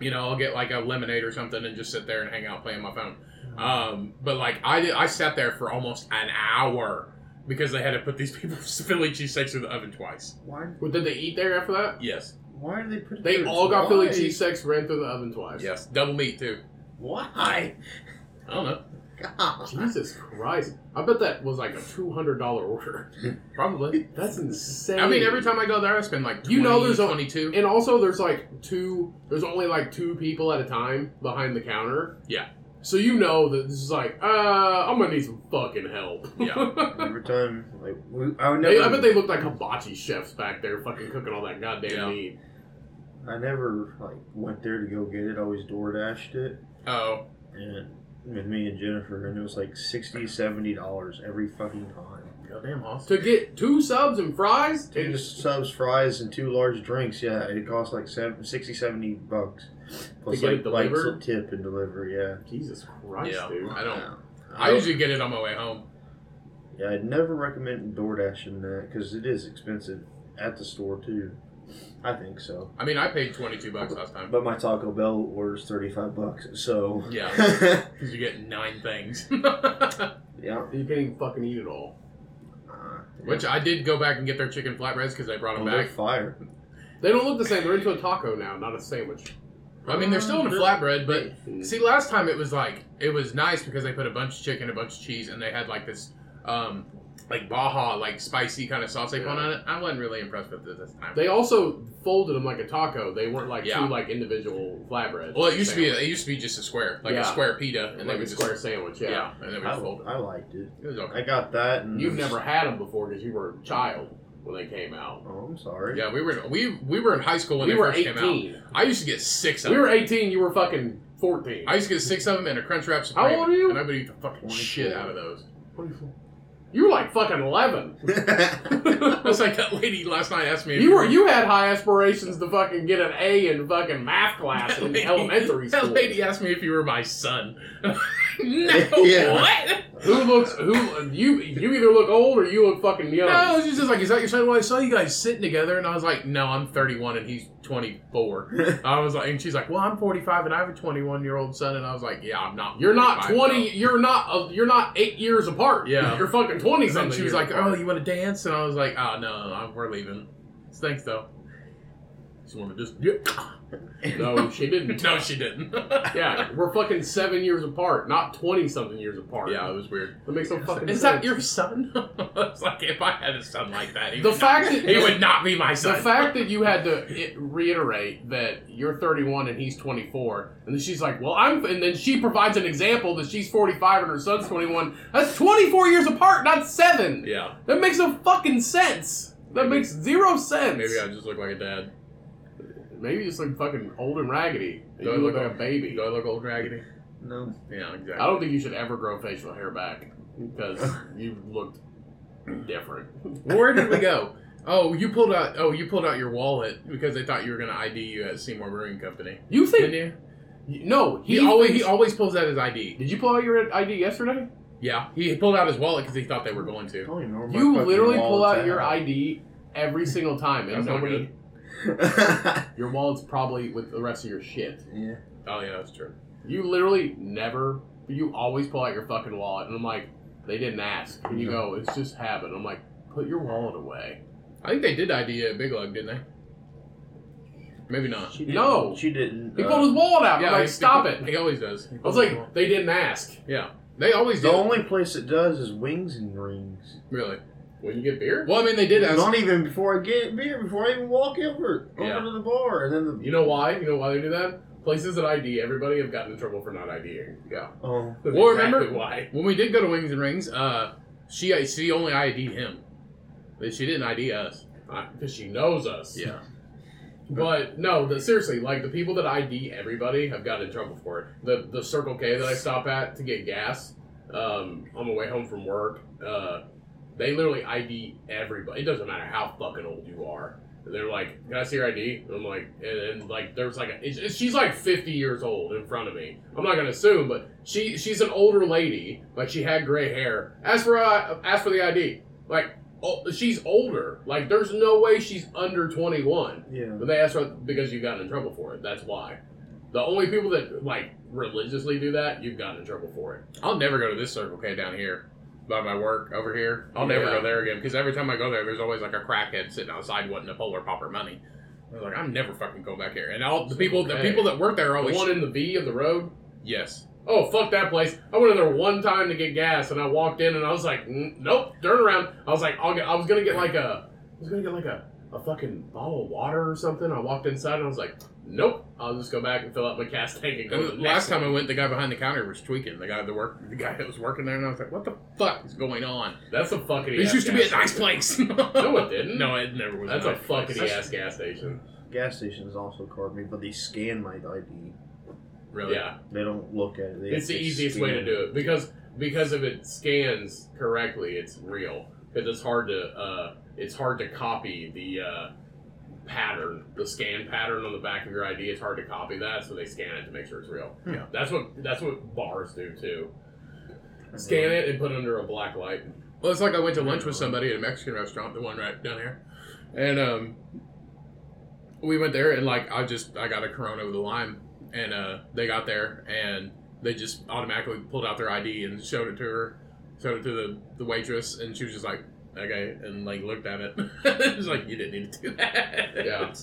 B: You know, I'll get like a lemonade or something and just sit there and hang out playing my phone. Um, but like I did, I sat there for almost an hour because they had to put these people's Philly cheesesteaks through the oven twice.
C: why?
A: Well, did they eat there after that?
B: Yes,
C: Why did they put? it
A: They
C: there
A: all got Philly
C: twice?
A: cheesesteaks, ran through the oven twice.
B: yes, double meat too.
C: Why?
B: I don't know,
C: God.
A: Jesus Christ! I bet that was like a two hundred dollar order.
B: probably.
A: That's insane.
B: I mean, every time I go there, I spend like 20,
A: You know there's a-
B: twenty two.
A: And also, there's like two. There's only like two people at a time behind the counter.
B: Yeah.
A: So you know that this is like, uh, I'm gonna need some fucking help.
B: Yeah.
C: Every time, like, we, I would never.
A: They, I bet they looked like hibachi chefs back there, fucking cooking all that goddamn
B: Yeah.
A: meat.
C: I never like went there to go get it. I always door dashed it,
B: Oh,
C: and with me and Jennifer, and it was like 60 dollars every fucking time.
B: Goddamn awesome.
A: To get two subs and fries,
C: Two
A: and
C: subs, fries, and two large drinks. Yeah, it cost like seven, 60, 70 bucks. Plus,
A: get it
C: like, like
A: delivered?
C: tip and delivery. Yeah.
A: Jesus Christ,
B: yeah,
A: dude.
B: I don't.
C: Yeah.
B: I usually get it on my way home.
C: Yeah, I'd never recommend door dashing that because it is expensive at the store too. I think so.
B: I mean, I paid twenty two bucks last time
C: But my Taco Bell orders thirty five bucks, so
B: Yeah. because you get nine things.
C: yeah.
A: You can't even fucking eat it all.
C: Uh,
B: Which I did go back and get their chicken flatbreads because they brought
C: oh,
B: them
C: they're
B: back.
C: fire.
A: They don't look the same. They're into a taco now, not a sandwich.
B: I mean, they're still in a flatbread, but
A: Mm.
B: see, last time it was like it was nice because they put a bunch of chicken, a bunch of cheese, and they had like this, um, like Baja, like spicy kind of sauce they put on it. I wasn't really impressed with it this time.
A: They also folded them like a taco. They weren't like
B: Yeah.
A: two like individual flatbreads.
B: well, it used to be
A: Sandwich.
B: it used to be just a square, like
A: Yeah.
B: a square pita, and
A: like
B: they
A: a
B: would
A: square
B: just,
A: sandwich.
B: yeah.
A: Yeah. Oh.
B: and then we
C: I,
B: just fold it.
C: I liked it.
B: It was okay.
C: I got that. And
A: You've never had them before because you were a child when they came out.
C: Oh, I'm sorry.
B: Yeah, we were we we were in high school when
A: we
B: they
A: were
B: first came out.
A: 18.
B: I used to get six of
A: We
B: them.
A: were 18. You were fucking 14.
B: I used to get six of them and a crunch wrap
A: How
B: supreme.
A: old are you?
B: And I would eat the fucking shit out of those.
A: you were like fucking 11.
B: That's like that lady last night asked me. if
A: You were you had high aspirations to fucking get an A in fucking math class
B: That
A: in
B: lady-
A: elementary
B: That
A: school.
B: lady asked me if you were my son. no,
C: Yeah.
B: what?
A: Who looks who you you either look old or you look fucking young.
B: No, she's just like, is that your son? Well, I saw you guys sitting together, and I was like, no, I'm 31 and he's 24. I was like, and she's like, well, I'm 45 and I have a 21 year old son, and I was like, yeah, I'm not.
A: You're not
B: 45,
A: twenty. You're not. Uh, you're not eight years apart.
B: Yeah.
A: You're fucking
B: though.
A: twenty
B: And
A: something.
B: then she was "Oh,
A: years
B: like, "Ah,
A: apart.
B: oh, you want to dance? And I was like, oh no, no, no we're leaving. Thanks though. Just want to just. Yeah.
A: No, she didn't.
B: No, she didn't.
A: Yeah, we're fucking seven years apart, not twenty something years apart.
B: yeah, it was weird.
A: that makes no fucking
B: Is
A: sense.
B: that your son? it's like if I had a son like that, he
A: the
B: would
A: fact that
B: not, he would not be my
A: the
B: son.
A: fact that you had to i reiterate that you're 31 and he's 24, and then she's like, "Well, I'm," and then she provides an example that she's 45 and her son's 21. That's 24 years apart, not seven.
B: yeah,
A: That makes no fucking sense. That
B: Maybe-
A: makes zero sense.
B: maybe I just look like a dad.
A: Maybe you just look fucking old and raggedy. and
B: Do I
A: you look
B: look
A: like a
B: old?
A: baby.
B: Do I look old and raggedy?
C: No.
B: Yeah, exactly.
A: I don't think you should ever grow facial hair back because you looked different.
B: Where did we go? Oh, you pulled out. Oh, you pulled out your wallet because they thought you were going to ID you at Seymour Brewing Company.
A: You
B: Didn't
A: think?
B: you?
A: No,
B: He,
A: he,
B: always he
A: thinks-
B: always pulls out his ID.
A: Did you pull out your ID yesterday?
B: Yeah, he pulled out his wallet because he thought they were going to.
C: don't even know where my
A: You
C: fucking
A: literally pull
C: wallet's
A: out your
C: at.
A: ID every single time, and
B: That's not
A: nobody.
B: good.
A: Your wallet's probably with the rest of your shit.
C: yeah.
B: Oh yeah, that's true.
A: You literally never. You always pull out your fucking wallet, and I'm like, they didn't ask. And you go, it's just habit. I'm like, put your wallet away.
B: I think they did ID you at Big Lug, didn't they? Maybe not.
C: She didn't,
A: No.
C: She didn't.
A: He
C: uh,
A: pulled his wallet out. I'm
B: he-
A: like, stop
B: he,
A: it.
B: He always does.
A: I
B: He
A: was
B: pulls his
A: like,
B: wallet.
A: they didn't ask.
B: yeah, they always
C: the
B: do.
C: only place it does is wings and rings.
B: Really?
A: When you get beer,
B: Well, I mean, they did ask.
C: Not even before I get beer, before I even walk over, over
B: Yeah.
C: to the bar, and then the
A: you know why? You know why they do that? Places that ID everybody have gotten in trouble for not IDing. Yeah.
C: oh,
A: That's
B: Well,
A: exactly
B: remember-
A: why?
B: When we did go to Wings and Rings, uh, she she only ID'd him. But she didn't ID us.
A: Because Uh, she knows us.
B: Yeah.
A: But no, the, seriously, like the people that ID everybody have got in trouble for it. The the Circle K that I stop at to get gas um, on the way home from work, uh, they literally ID everybody. It doesn't matter how fucking old you are. They're like, "Can I see your ID?" And I'm like, and, and like there's like a, it's, it's- she's like 50 years old in front of me. I'm not gonna assume, but she she's an older lady. Like she had gray hair. As for uh, as for the ID, like oh, she's older. Like there's no way she's under 21.
C: yeah.
A: But they asked for because you got in trouble for it. That's why. The only people that like religiously do that, you've gotten in trouble for it.
B: I'll never go to this Circle K down here by my work over here. I'll never
A: Yeah.
B: go there again because every time I go there, there's always like a crackhead sitting outside wanting to pull her popper money. I was like, I'm never fucking going back here. And all the people, the
A: Okay.
B: people that work there are
A: The
B: always
A: one in the V of the road.
B: yes.
A: Oh fuck that place! I went in there one time to get gas, and I walked in, and I was like, "Mm, nope, turn around. I was like, I'll get. I was gonna get like a. I was gonna get like a a fucking bottle of water or something. I walked inside, and I was like, nope. I'll just go back and fill up my gas tank and go. to the next
B: Last time I went, the guy behind the counter was tweaking. The guy that work, the guy that was working there, and I was like, "What the fuck is going on?
A: one. that's a fucking.
B: this
A: ass
B: used to be a
A: gas
B: nice
A: station.
B: place."
A: No,
B: no,
A: it didn't.
B: it never was.
A: that's
B: a
A: a
B: nice place.
A: fucking ass gas station.
C: Gas stations also card me, but they scan my ID.
B: Really?
A: Yeah.
C: They don't look at it. They
A: It's the
C: they
A: easiest
C: scan
A: way to do it because because if it scans correctly, it's real. Because it's hard to uh, it's hard to copy the uh, pattern, the scan pattern on the back of your ID. It's hard to copy that, so they scan it to make sure it's real.
C: Hmm.
B: Yeah.
A: that's what that's what bars do too.
C: And
A: Scan
C: then-
A: it and put it under a black light.
B: Well, it's like I went to lunch with somebody at a Mexican restaurant, the one right down here, and um, we went there and like I just I got a Corona with a lime, and uh, they got there and they just automatically pulled out their ID and showed it to her, showed it to the, the waitress, and she was just like, okay, and like looked at it. it was like you didn't need to do that.
A: Yeah.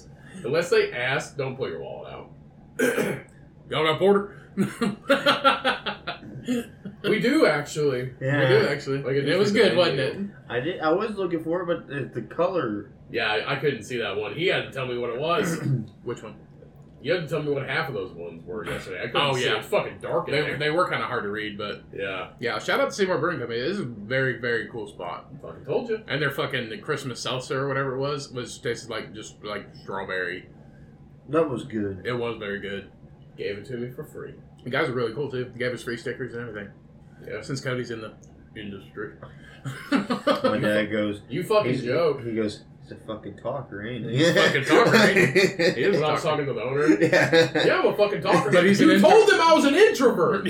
A: Unless they ask, don't pull your wallet out.
B: Y'all got porter?
A: We do actually.
B: We do
C: Yeah,
B: actually.
A: Like,
B: it was good, wasn't it?
C: I did. I was looking for it, but the, the color.
A: Yeah, I, I couldn't see that one. He had to tell me what it was.
B: Which one?
A: you had to tell me what half of those ones were yesterday. I couldn't
B: Oh,
A: see.
B: yeah.
A: It's fucking dark in
B: They,
A: there.
B: they were kind of hard to read, but
A: yeah,
B: yeah. Shout out to Seymour Brewing Company. This is a very very cool spot.
A: fucking told you.
B: And their fucking the Christmas seltzer or whatever it was was tasted like just like strawberry.
C: That was good.
B: It was very good.
A: Gave it to me for free.
B: The guys are really cool too. They gave us free stickers and everything.
A: Yeah.
B: Since Cody's in the industry.
C: Oh My dad goes.
A: You fucking
C: He's,
A: joke.
C: He goes. He's a fucking talker, ain't he?
B: He's a fucking talker, ain't
A: He is not talking to the owner.
C: yeah.
A: Yeah, I'm a fucking talker.
B: But he's
A: you
B: an
A: told him I was an introvert.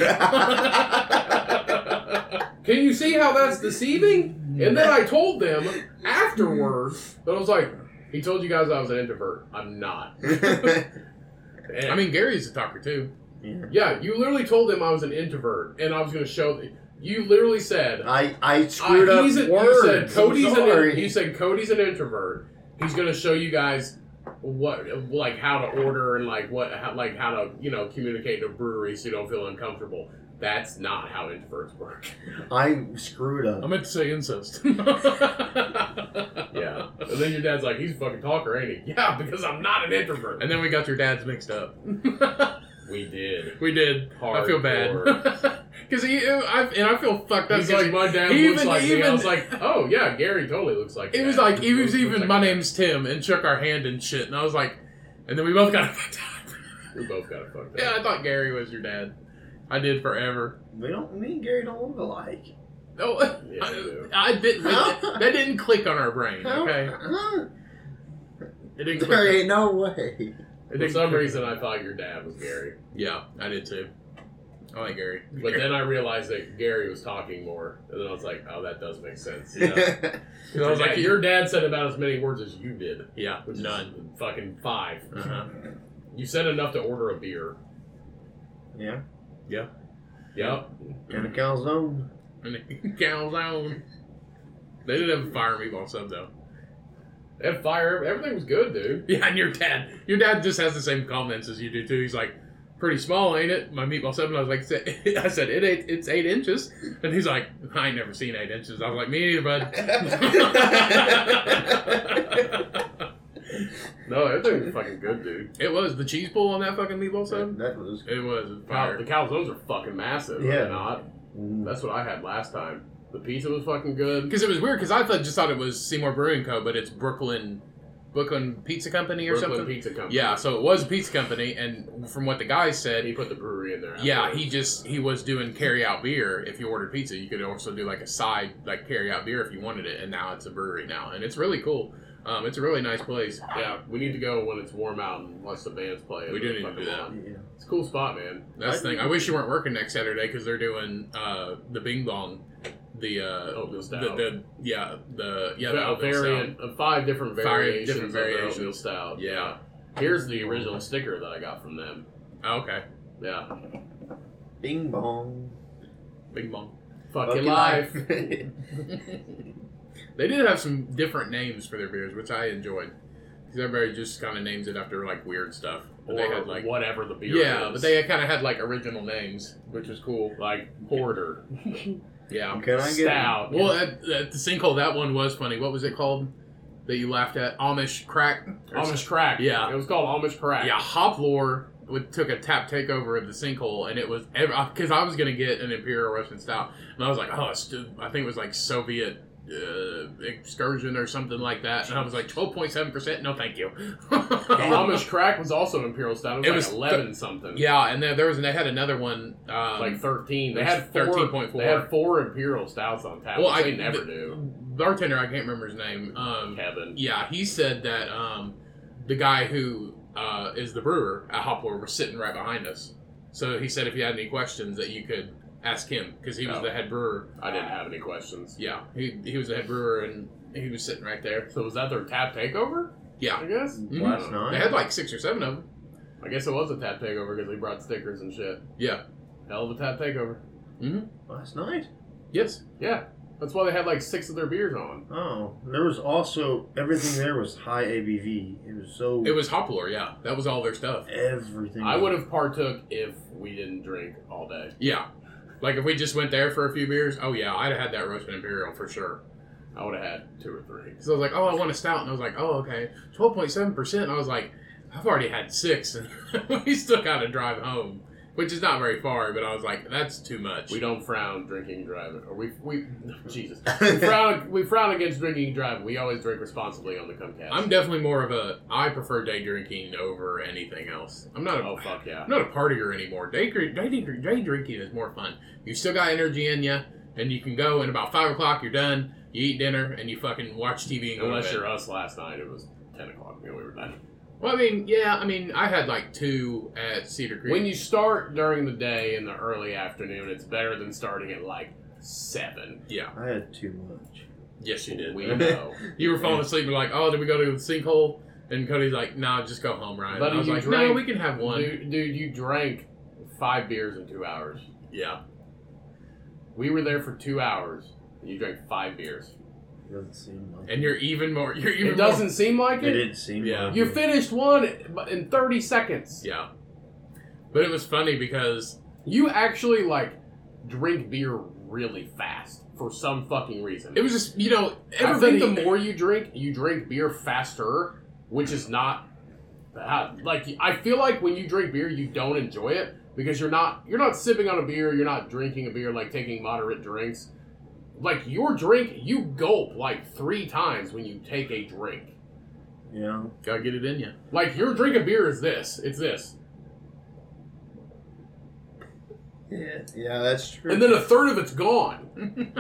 B: yeah.
A: Can you see how that's deceiving? And then I told them afterwards that I was like, he told you guys I was an introvert. I'm not.
B: I mean Gary's a talker too.
C: Yeah.
A: yeah, you literally told him I was an introvert, and I was going to show. You literally said
C: I I screwed
A: Uh,
C: up
A: he's a-
C: words.
A: You said Cody's
C: I'm
A: an
C: sorry.
A: you said Cody's an introvert. He's gonna show you guys what like how to order and like what how, like how to you know communicate to breweries so you don't feel uncomfortable. That's not how introverts work.
C: I screwed
B: I
C: up.
B: meant to say incest.
A: Yeah. And then your dad's like, he's a fucking talker, ain't he? Yeah, because I'm not an introvert.
B: And then we got your dads mixed up.
A: we did.
B: we did. I feel bad. Because he, I, and I feel fucked up.
A: That's
B: 'cause
A: like my dad
B: he
A: looks
B: even-
A: like me. I
B: even-
A: was like, oh yeah, Gary totally looks like.
B: It was
A: that.
B: like it was
A: Looks
B: even
A: like
B: my
A: that.
B: name's Tim and shook our hand and shit and I was like and then we both got fucked up.
A: We both got it fucked
B: Yeah,
A: up.
B: I thought Gary was your dad. I did forever.
C: We don't. Me and Gary don't look alike.
B: No,
A: Yeah, you do.
B: Oh, I, I didn't.
C: Huh?
B: That didn't click on our brain. Okay,
C: Huh?
B: it didn't. Click
C: There ain't no way.
B: It
A: For
B: didn't
A: some
B: click.
A: reason, I thought your dad was Gary,
B: Yeah, I did too. I like Gary.
A: but then I realized that Gary was talking more, and then I was like, "Oh, that does make sense." You know?
C: That's
A: 'Cause I was like, "Your dad said about as many words as you did,
B: yeah,
A: which
B: none.
A: is fucking five.
B: Uh-huh.
A: You said enough to order a beer.
C: Yeah.
A: Yep.
C: And a calzone.
B: And it counts on. They did have a fire meatball sub though.
A: That fire, everything was good, dude.
B: Yeah, and your dad, your dad just has the same comments as you do too. He's like, "Pretty small, ain't it?" My meatball seven. I was like, "Sa- "I said it ain't. It's eight inches," and he's like, "I ain't never seen eight inches." I was like, "Me neither, bud."
A: No, everything was fucking good, dude.
B: it was the cheese bowl on that fucking meatball seven.
C: That was.
B: It was
A: Wow, the
B: fire.
A: calzones are fucking massive. Yeah,
C: Yeah.
A: they not. That's what I had last time. The pizza was fucking good.
B: Because it was weird. Because I thought, just thought it was Seymour Brewing Co., but it's Brooklyn, Brooklyn Pizza Company or
A: Brooklyn
B: something.
A: Pizza Company.
B: Yeah, so it was a pizza company, and from what the guy said,
A: and he put the brewery in there.
B: Yeah,
A: afterwards.
B: he just he was doing carry out beer. If you ordered pizza, you could also do like a side like carry out beer if you wanted it. And now it's a brewery now, and it's really cool. Um, it's a really nice place.
A: Yeah, we need to go when it's warm out and watch the bands play.
B: We do need to
A: Fucking
B: do that.
A: lawn.
C: Yeah.
A: It's a cool spot, man.
B: That's the thing. I wish you weren't working next Saturday because they're doing uh, the Bing Bong, the uh,
A: Oatmeal
B: the,
A: Oh, stout.
B: the yeah the yeah the
A: a
B: oatmeal stout.
A: variant, uh, five different
B: Five
A: variations,
B: different
A: of the oatmeal
B: variations.
A: stout.
B: Yeah.
A: Here's the original sticker that I got from them.
B: Oh, okay,
A: Yeah.
C: Bing bong.
B: Bing Bong.
A: Fucking,
C: Fucking
A: life.
B: They did have some different names for their beers, which I enjoyed. Because everybody just kind of names it after like weird stuff. But
A: Or
B: they had like
A: whatever the beer is.
B: yeah, but they kind of had like original names, which was cool.
A: like porter,
B: Yeah.
C: Can I get?
A: stout.
B: Well, at, at the sinkhole, that one was funny. What was it called that you laughed at? Amish crack. or
A: Amish crack.
B: Yeah.
A: It was called Amish crack.
B: Yeah, Hoplore would, took a tap takeover of the sinkhole, and it was because I was gonna get an Imperial Russian stout, and I was like, oh, it's stu- I think it was like Soviet uh, excursion or something like that, and I was like, twelve point seven percent. No, thank you.
A: The Amish crack was also an imperial stout. It
B: It
A: was,
B: was
A: like 11 something.
B: yeah, and there, there was and they had another one. Um,
A: Like 13. They
B: It was
A: had four,
B: 13.4.
A: They had four imperial stouts on tap.
B: well,
A: which
B: I
A: they never
B: the-
A: do.
B: Bartender, I can't remember his name. Um,
A: Kevin.
B: Yeah, he said that um, the guy who uh, is the brewer at Hopper was sitting right behind us. So he said if you had any questions that you could ask him because he was
A: Oh.
B: the head brewer.
A: I didn't have any questions.
B: Yeah, he, he was the head brewer and he was sitting right there.
A: So was that their tap takeover?
B: Yeah,
A: I guess.
C: Mm-hmm. Last night.
B: they had like six or seven of them.
A: I guess it was a tap takeover because they brought stickers and shit.
B: Yeah.
A: Hell of a tap takeover.
C: Last night.
B: Yes.
A: Yeah. That's why they had like six of their beers on.
C: Oh, there was also everything. There was high ABV. It was so.
B: It was Hopper. Yeah, that was all their stuff.
C: everything.
A: I would have partook if we didn't drink all day.
B: Yeah. Like if we just went there for a few beers, oh yeah, I'd have had that roasted imperial for sure.
A: I would have had two or three.
B: Because I was like, oh, I want a stout. And I was like, oh, okay. 12.7%. And I was like, I've already had six. And we still got to drive home, which is not very far. But I was like, that's too much.
A: We don't frown drinking and driving. Or we we Jesus. We frown we frown against drinking and driving. We always drink responsibly on the Comcast.
B: I'm definitely more of a, I prefer day drinking over anything else. I'm not a,
A: oh fuck yeah.
B: I'm not a partier anymore. Day, drink- day, drink- day drinking is more fun. You still got energy in you. And you can go and about 5 o'clock, you're done. You eat dinner and you fucking watch TV and go to
A: Unless
B: bed.
A: you're us last night, it was ten o'clock and we were done.
B: Well, I mean, yeah, I mean, I had like two at Cedar Creek.
A: When you start during the day in the early afternoon, it's better than starting at like seven.
B: yeah,
C: I had too much.
B: yes, you did.
A: We know.
B: You were falling asleep and like, oh, did we go to the sinkhole? And Cody's like, nah, just go home, Ryan.
A: Buddy,
B: I was
A: you
B: like, no,
A: drank-
B: we can have one.
A: Dude, dude, you drank five beers in two hours.
B: Yeah.
A: We were there for two hours. and You drank five beers.
C: Doesn't seem like
B: and you're even more. You're even
A: It doesn't seem like
C: It
A: it.
C: didn't seem
B: Yeah.
C: like
A: You
C: it.
A: finished one in 30 seconds.
B: More, yeah, but it was funny because
A: You actually like drink beer really fast for some fucking reason.
B: it was just you know
A: I
B: everybody.
A: think the more you drink, you drink beer faster, which is not bad. Like I feel like when you drink beer, you don't enjoy it because you're not you're not sipping on a beer, you're not drinking a beer, like taking moderate drinks. Like your drink, you gulp like three times when you take a drink.
C: Yeah.
B: gotta get it in you.
A: Like your drink of beer is this, it's this,
C: Yeah. Yeah, that's true.
A: and then a third of it's gone.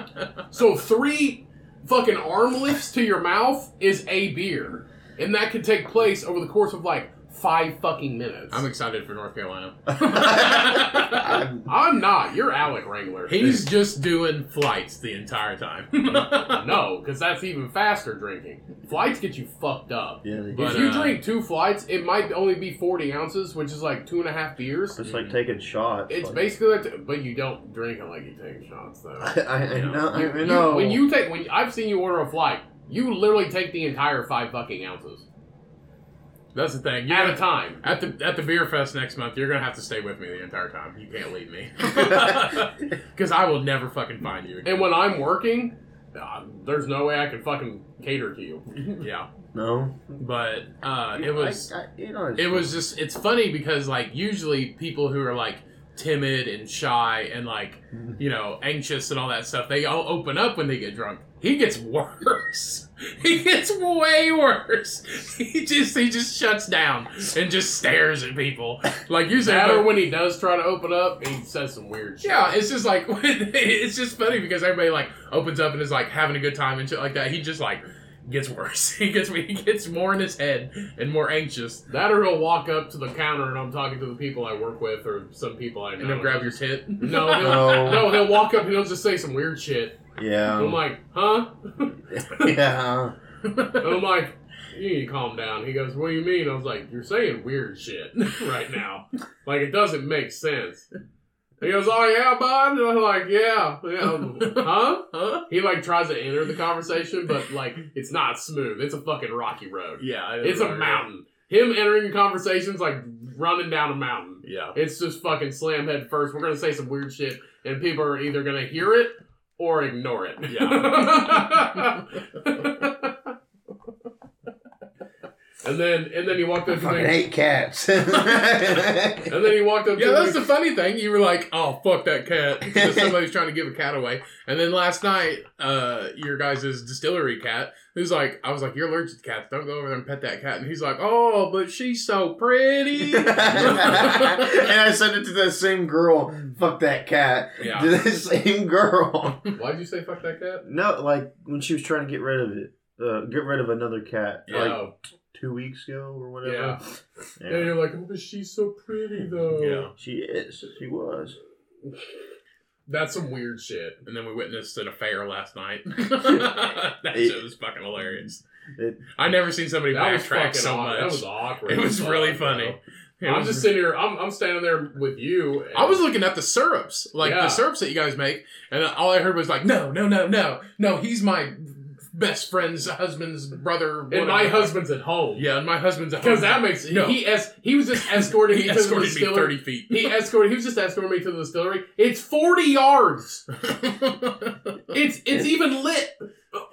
A: so three fucking arm lifts to your mouth is a beer, and that could take place over the course of like five fucking minutes.
B: I'm excited for North Carolina.
C: I'm-
A: I'm not. You're Alec Wrangler.
B: He's just doing flights the entire time.
A: no, because that's even faster drinking. Flights get you fucked up.
C: yeah, they
B: But,
A: if you
B: uh,
A: drink two flights, it might only be 40 ounces, which is like two and a half beers.
C: It's like taking shots.
A: It's
C: like,
A: basically like, t- but you don't drink it like you take shots though.
C: I, I, I know. I
A: You-
C: know.
A: when you take, when I've seen you order a flight, you literally take the entire five fucking ounces
B: That's the thing.
A: at a time.
B: At the at the beer fest next month, you're gonna have to stay with me the entire time. You can't leave me because I will never fucking find you.
A: And
B: Again.
A: when I'm working, uh, there's no way I can fucking cater to you.
B: yeah,
C: no,
B: but uh, it was
C: I, I, you know,
B: it was just it's funny because like usually people who are like timid and shy and like you know anxious and all that stuff they all open up when they get drunk. He gets worse. He gets way worse. He just he just shuts down and just stares at people. Like usually
A: That or when he does try to open up, he says some weird shit.
B: Yeah, it's just like it's just funny because everybody like opens up and is like having a good time and shit like that. He just like gets worse. He gets he gets more in his head and more anxious.
A: That or he'll walk up to the counter and I'm talking to the people I work with or some people I know.
B: And then grab your tit.
A: No, he'll,
C: No.
A: no, he'll walk up and he'll just say some weird shit.
B: Oh.
A: I'm
C: yeah,
A: like, huh?
C: yeah.
A: And I'm like, you need to calm down. He goes, what do you mean? I was like, you're saying weird shit right now. Like, it doesn't make sense. He goes, oh yeah, bud? And I'm like, yeah. yeah. huh?
B: Huh?
A: He like tries to enter the conversation, but like, it's not smooth. It's a fucking rocky road.
B: Yeah, I know
A: It's
B: what
A: a
B: I mean.
A: mountain. Him entering conversations like running down a mountain.
B: Yeah.
A: It's just fucking slam head first. We're gonna say some weird shit, and people are either gonna hear it or ignore it.
B: Yeah.
A: and then and then he walked
C: I
A: up to
C: fucking
A: me.
C: hate cats.
A: And then he walked up to
B: Yeah, that's
A: me.
B: the funny thing. You were like, "Oh fuck that cat," because somebody's trying to give a cat away. And then last night, uh, your guys' distillery cat, who's like, I was like, "You're allergic to cats. Don't go over there and pet that cat." And he's like, "Oh, but she's so pretty."
C: and I sent it to that same girl. Fuck that cat.
B: Yeah.
C: To that same girl.
A: Why'd you say fuck that cat?
C: No, like when she was trying to get rid of it, uh, get rid of another cat, like
A: Oh.
C: two weeks ago or whatever.
A: Yeah.
C: Yeah.
A: And you're like, oh, but she's so pretty though.
B: Yeah.
C: She is. She was.
A: That's some weird shit.
B: And then we witnessed an affair last night. that
C: It-
B: shit was fucking hilarious.
C: It-
B: I never seen somebody
A: That was
B: backtrack
A: fucking
B: so
A: awkward.
B: much.
A: That was awkward.
B: it
A: as
B: was
A: fuck,
B: really
A: bro.
B: funny. It
A: I'm
B: was-
A: just sitting here. I'm, I'm standing there with you. and-
B: I was looking at the syrups, like
A: Yeah.
B: the syrups that you guys make, and all I heard was like, "No, no, no, no, no." He's my best friend's husband's brother,
A: and my
B: whatever.
A: husband's at home.
B: Yeah, and my husband's a
A: because that
B: husband.
A: makes
B: No.
A: he es- he was just escorting
B: he
A: me to the
B: escorted me
A: distillery.
B: thirty feet.
A: He escorted. He was just escorting me to the distillery. It's forty yards. It's it's even lit.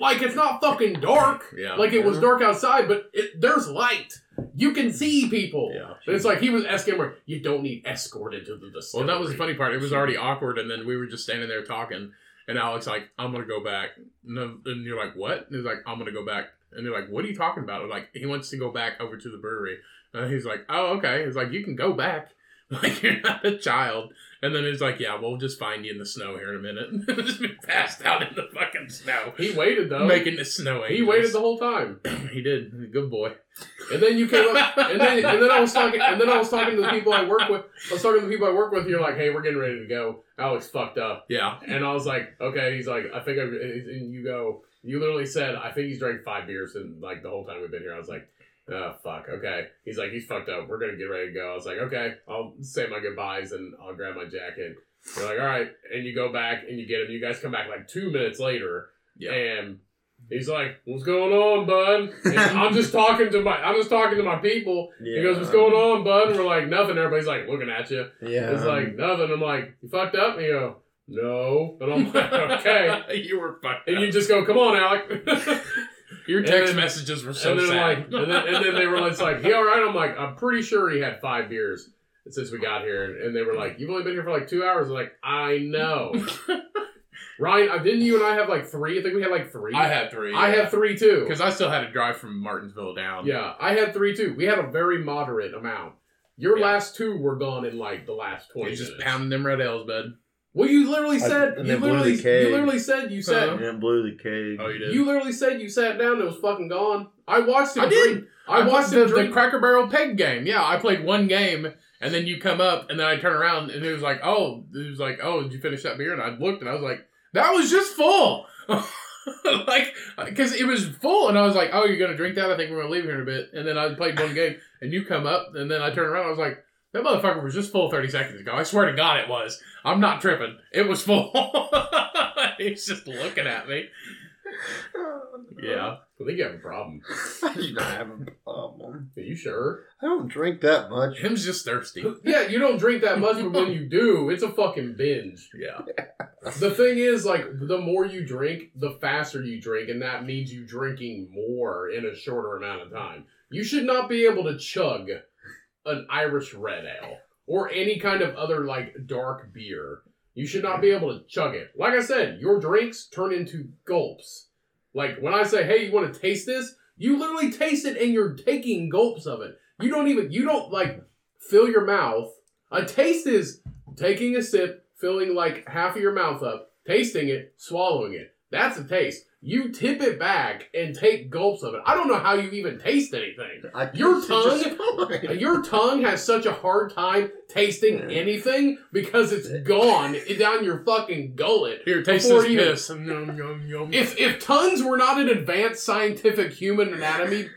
A: Like it's not fucking dark.
B: yeah,
A: Like it was dark outside, but it, there's light. You can see people.
B: Yeah.
A: But it's like he was asking where you don't need escorted to the
B: Well,
A: distillery.
B: that was the funny part. It was already awkward, and then we were just standing there talking, and Alex like, "I'm gonna go back," and, then- and you're like, "What?" And he's like, "I'm gonna go back," and they're like, "What are you talking about?" I'm like, he wants to go back over to the brewery, and he's like, "Oh, okay." He's like, "You can go back, like you're not a child." And then he's like, "Yeah, we'll just find you in the snow here in a minute." just be passed out in the fucking snow,
A: He waited though.
B: making the snow.
A: he waited the whole time,
B: The- he did. Good boy.
A: and then you came up, and then and then I was talking, and then I was talking to the people I work with. I was talking to the people I work with. And you're like, hey, we're getting ready to go. Alex fucked up.
B: Yeah.
A: And I was like, okay. He's like, I think I. And you go, you literally said, I think he's drank five beers, and like the whole time we've been here, I was like, oh fuck, okay. He's like, he's fucked up. We're gonna get ready to go. I was like, okay, I'll say my goodbyes and I'll grab my jacket. You're like, all right, and you go back and you get him. You guys come back like two minutes later,
B: Yeah.
A: and He's like, "What's going on, bud?" And I'm just talking to my, I'm just talking to my people.
C: Yeah.
A: He goes, "What's going on, bud?" And we're like, "Nothing." Everybody's like looking at you.
C: Yeah.
A: It's
B: Um,
A: like nothing. I'm like, "You fucked up?" And you go, "No." And I'm like, "Okay."
B: you were fucked.
A: And
B: up.
A: you just go, "Come on, Alec."
B: Your
A: and
B: text
A: then-
B: messages were so
A: and then
B: sad.
A: like, and then, and then they were like, it's like, he all right? I'm like, I'm pretty sure he had five beers since we got here, and, and they were like, you've only been here for like two hours. I'm like, I know. Ryan, uh, didn't you and I have like three? I think we had like three.
B: I had three.
A: I had three too.
B: because I still had to drive from Martinsville down.
A: Yeah, I had three too. We had a very moderate amount. Your
B: Yeah.
A: last two were gone in like the last
B: You
A: twenty.
B: just
A: minutes.
B: pounding them red L's, bud.
A: Well, you literally said
C: and
A: you
C: they blew
A: literally
C: the cage.
A: you literally said you said
B: Huh?
C: and it blew the cage.
B: Oh, you did.
A: you literally said you sat down. and It was fucking gone. I watched him.
B: I did.
A: drink. I watched
B: the,
A: him
B: the
A: drink.
B: Cracker Barrel peg game. Yeah, I played one game, and then you come up, and then I turn around, and it was like, oh, it was like, oh, did you finish that beer? And I looked, and I was like, that was just full. like, because it was full, and I was like, oh, you're gonna drink that? I think we're gonna leave here in a bit. And then I played one game, and you come up, and then I turn around, I was like. That motherfucker was just full 30 seconds ago. I swear to God, it was. I'm not tripping. It was full. He's just looking at me. Yeah.
A: I think you have a problem.
C: I do not have a problem.
A: Are you sure?
C: I don't drink that much.
B: Him's just thirsty.
A: Yeah, you don't drink that much, but when you do, it's a fucking binge.
B: Yeah.
A: The thing is, like, the more you drink, the faster you drink, and that means you drinking more in a shorter amount of time. You should not be able to chug an Irish red ale or any kind of other like dark beer. You should not be able to chug it. Like I said, your drinks turn into gulps. Like when I say, "Hey, you want to taste this?" You literally taste it and you're taking gulps of it. You don't even you don't like fill your mouth. A taste is taking a sip, filling like half of your mouth up, tasting it, swallowing it. That's a taste. You tip it back and take gulps of it. I don't know how you even taste anything.
C: I
A: Your
C: taste it just
A: And
C: fine.
A: Your tongue has such a hard time tasting
C: Yeah.
A: anything because it's gone down your fucking gullet.
B: Here, taste
A: Before
B: this
A: you-
B: piss. Yum, yum, yum.
A: If if tongues were not an advanced scientific human anatomy,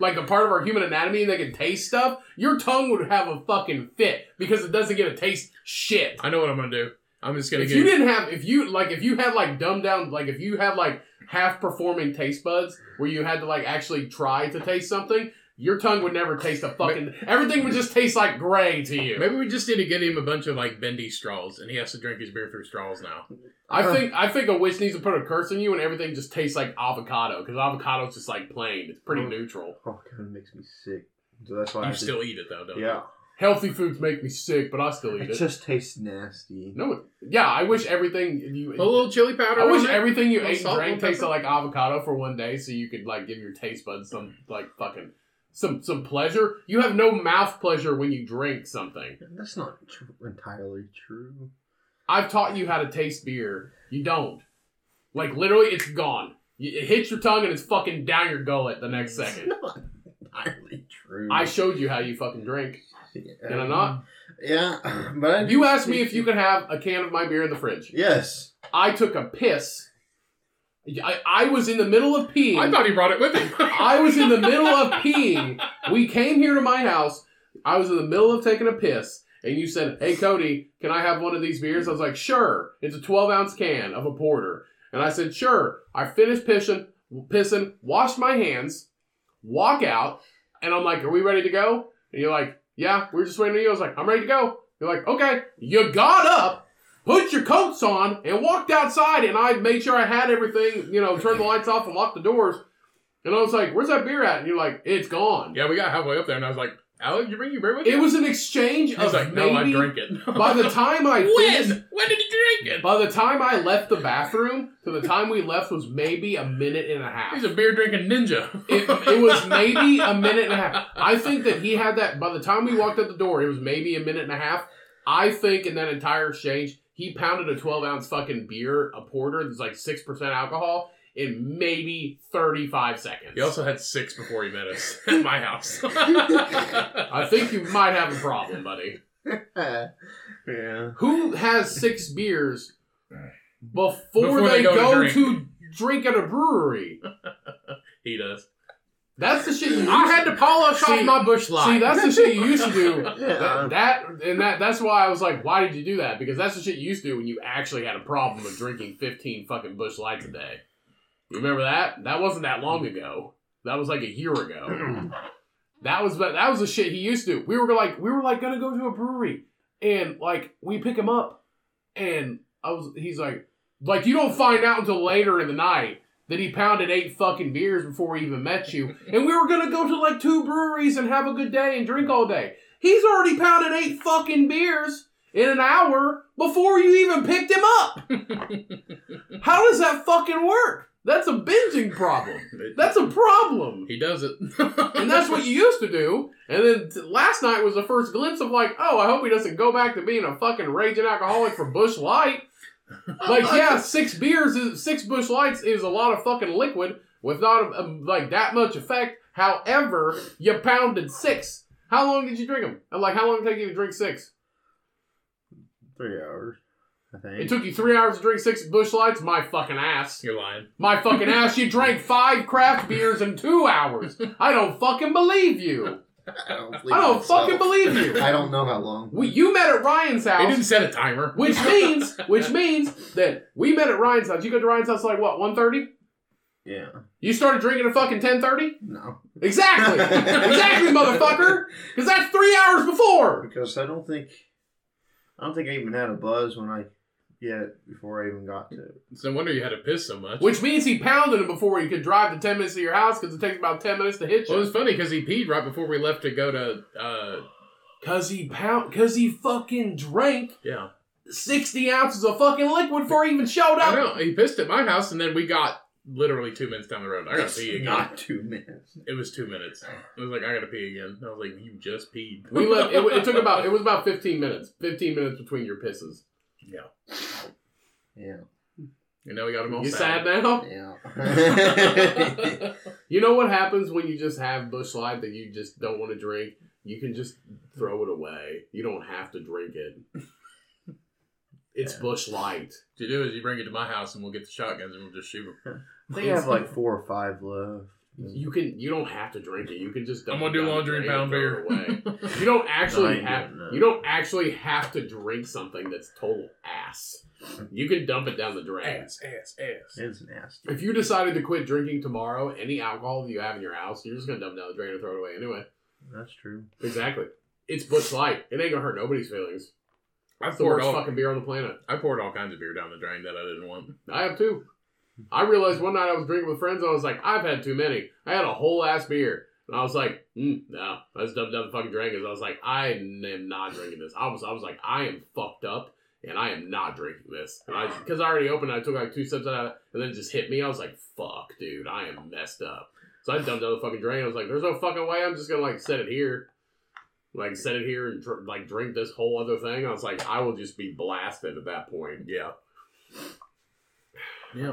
A: like a part of our human anatomy, and they could taste stuff, your tongue would have a fucking fit because it doesn't get to taste shit.
B: I know what I'm gonna do. I'm just gonna
A: If
B: get.
A: you didn't have, if you like, if you had like dumbed down, like if you had like half performing taste buds where you had to like actually try to taste something, your tongue would never taste a fucking. Everything would just taste like gray to you.
B: Maybe we just need to get him a bunch of like bendy straws, and he has to drink his beer through straws now.
A: I
C: Uh.
A: think I think a witch needs to put a curse on you, and everything just tastes like avocado because avocado's just like plain. It's pretty
C: Mm.
A: neutral.
C: Oh, kind of makes me sick. So that's why I
B: You
C: just-
B: still eat it though, don't
C: yeah.
A: Healthy foods make me sick, but I still eat
C: It
A: it.
C: just tastes nasty.
A: no, it- yeah, I wish everything you.
B: you? A little chili powder.
A: I wish
B: on it?
A: everything you
B: Little
A: ate and
B: salt,
A: drank
B: little
A: tasted
B: pepper.
A: like avocado for one day, so you could like give your taste buds some like fucking some some pleasure. You have no mouth pleasure when you drink something.
C: That's not tr- entirely true.
A: I've taught you how to taste beer. You don't. Like literally, it's gone. You- It hits your tongue and it's fucking down your gullet the next second.
C: Entirely true.
A: I showed you how you fucking drink.
C: yeah.
A: Did I not?
C: Yeah, but I
A: You asked me if you could have a can of my beer in the fridge.
C: Yes.
A: I took a piss. I, I was in the middle of peeing.
B: I thought he brought it with him.
A: I was in the middle of peeing. We came here to my house. I was in the middle of taking a piss, and you said, "Hey Cody, can I have one of these beers?" I was like, "Sure." It's a twelve ounce can of a porter, and I said, "Sure." I finished pissing, pissing, washed my hands, walk out, and I'm like, "Are we ready to go?" And you're like, "Yeah, we're just waiting on you." I was like, "I'm ready to go." You're like, "Okay." You got up. Put your coats on and walked outside, and I made sure I had everything, you know, turned the lights off and locked the doors. And I was like, "Where's that beer at?" And you're like, "It's gone."
B: yeah, we got halfway up there, and I was like, "Alec, you bring your beer with you?"
A: It was an exchange
B: He's
A: of
B: like,
A: maybe.
B: "No, I drank it."
A: By the time I finished,
B: when? When did you drink it?
A: by the time I left the bathroom to the time we left was maybe a minute and a half.
B: He's a beer drinking ninja.
A: It, it was maybe a minute and a half. I think that he had that by the time we walked out the door. It was maybe a minute and a half. I think in that entire exchange, he pounded a twelve ounce fucking beer, a porter that's like six percent alcohol, in maybe thirty five seconds.
B: He also had six before he met us at my house.
A: I think you might have a problem, buddy.
C: yeah. Yeah.
A: Who has six beers before,
B: Before
A: they,
B: they go
A: go,
B: to
A: to,
B: drink.
A: drink. at a brewery?
B: he does.
A: That's the shit you
B: Oh, I had to polish
A: off my
B: bush
A: see. That's the shit you used to do.
C: Yeah.
B: Uh-huh.
A: That, that- and that that's why I was like, why did you do that? Because that's the shit you used to do when you actually had a problem of drinking fifteen fucking bush lights a day. You remember that? That wasn't that long ago. That was like a year ago.
C: um,
A: that was that was the shit he used to. We were like we were like gonna go to a brewery and like we pick him up and I was he's like like you don't find out until later in the night that he pounded eight fucking beers before he even met you. And we were gonna go to like two breweries and have a good day and drink all day. He's already pounded eight fucking beers in an hour before you even picked him up. How does that fucking work? That's a binging problem. That's a problem.
B: he does it.
A: And that's what you used to do. And then t- last night was the first glimpse of like, oh, I hope he doesn't go back to being a fucking raging alcoholic for Bush Light. Like, yeah, six beers, is, six Bush Lights is a lot of fucking liquid with not a, a- like that much effect. However, you pounded six. How long did you drink them? And like, how long did it take you to drink six?
C: Three hours, I think.
A: It took you three hours to drink six Bush Lights. My fucking ass.
B: You're lying.
A: My fucking ass, you drank five craft beers in two hours. I don't fucking believe you.
C: I don't,
A: I don't fucking believe you.
C: I don't know how long.
A: We, you met at Ryan's
B: He didn't
A: house,
B: set a timer.
A: which means, which means that we met at Ryan's house. You go to Ryan's house like what, 1.30?
C: Yeah.
A: You started drinking at fucking 10.30?
C: No.
A: Exactly. exactly, motherfucker. Because that's three hours before.
C: Because I don't think I don't think I even had a buzz when I yeah, before I even got to it.
B: It's no wonder you had to piss so much.
A: Which means he pounded him before he could drive the 10 minutes to your house because it takes about 10 minutes to hit
B: well, it was
A: you.
B: funny because he peed right before we left to go to. uh
A: Because he pound, because he fucking drank
B: Yeah,
A: 60 ounces of fucking liquid before he even showed
B: I
A: up.
B: know. He pissed at my house, and then we got literally two minutes down the road. I gotta
C: It's
B: pee again.
C: Not two minutes.
B: It was two minutes. I was like, I gotta pee again. I was like, you just peed.
A: We left, it, it took about, it was about 15 minutes. 15 minutes between your pisses.
B: Yeah.
C: Yeah.
B: And now we got him all
A: You sad
B: sad.
A: now?
C: Yeah.
A: You know what happens when you just have Bush Light that you just don't want to drink? You can just throw it away. You don't have to drink it. It's
C: Yeah.
A: Bush Light.
B: What you do is you bring it to my house, and we'll get the shotguns, and we'll just shoot them.
C: they have like four or five left.
A: You can. You don't have to drink it. You can just.
B: I'm gonna do
A: dump it
B: laundry and
A: down
B: pound
A: the
B: beer.
A: drain and throw it away. You don't actually
C: ain't
A: have.
C: doing that.
A: You don't actually have to drink something that's total ass. You can dump it down the drain.
B: ass, ass, ass.
C: It's nasty.
A: If you decided to quit drinking tomorrow, any alcohol that you have in your house, you're just gonna dump it down the drain and throw it away anyway.
C: That's true.
A: Exactly. It's Bush Light. It ain't gonna hurt nobody's feelings.
B: I
A: That's the
B: poured
A: worst
B: all.
A: fucking beer on the planet.
B: I poured all kinds of beer down the drain that I didn't want.
A: I have two. I realized one night I was drinking with friends and I was like, I've had too many. I had a whole ass beer. And I was like, mm, no, I just dumped down the fucking drain 'cause I was like, I am not drinking this. I was, I was like, I am fucked up and I am not drinking this. And I, because I already opened, it, I took like two sips out of it and then it just hit me. I was like, fuck, dude, I am messed up. So I dumped down the fucking drain. I was like, there's no fucking way. I'm just gonna like set it here, like set it here and dr- like drink this whole other thing. I was like, I will just be blasted at that point.
B: Yeah. Yeah.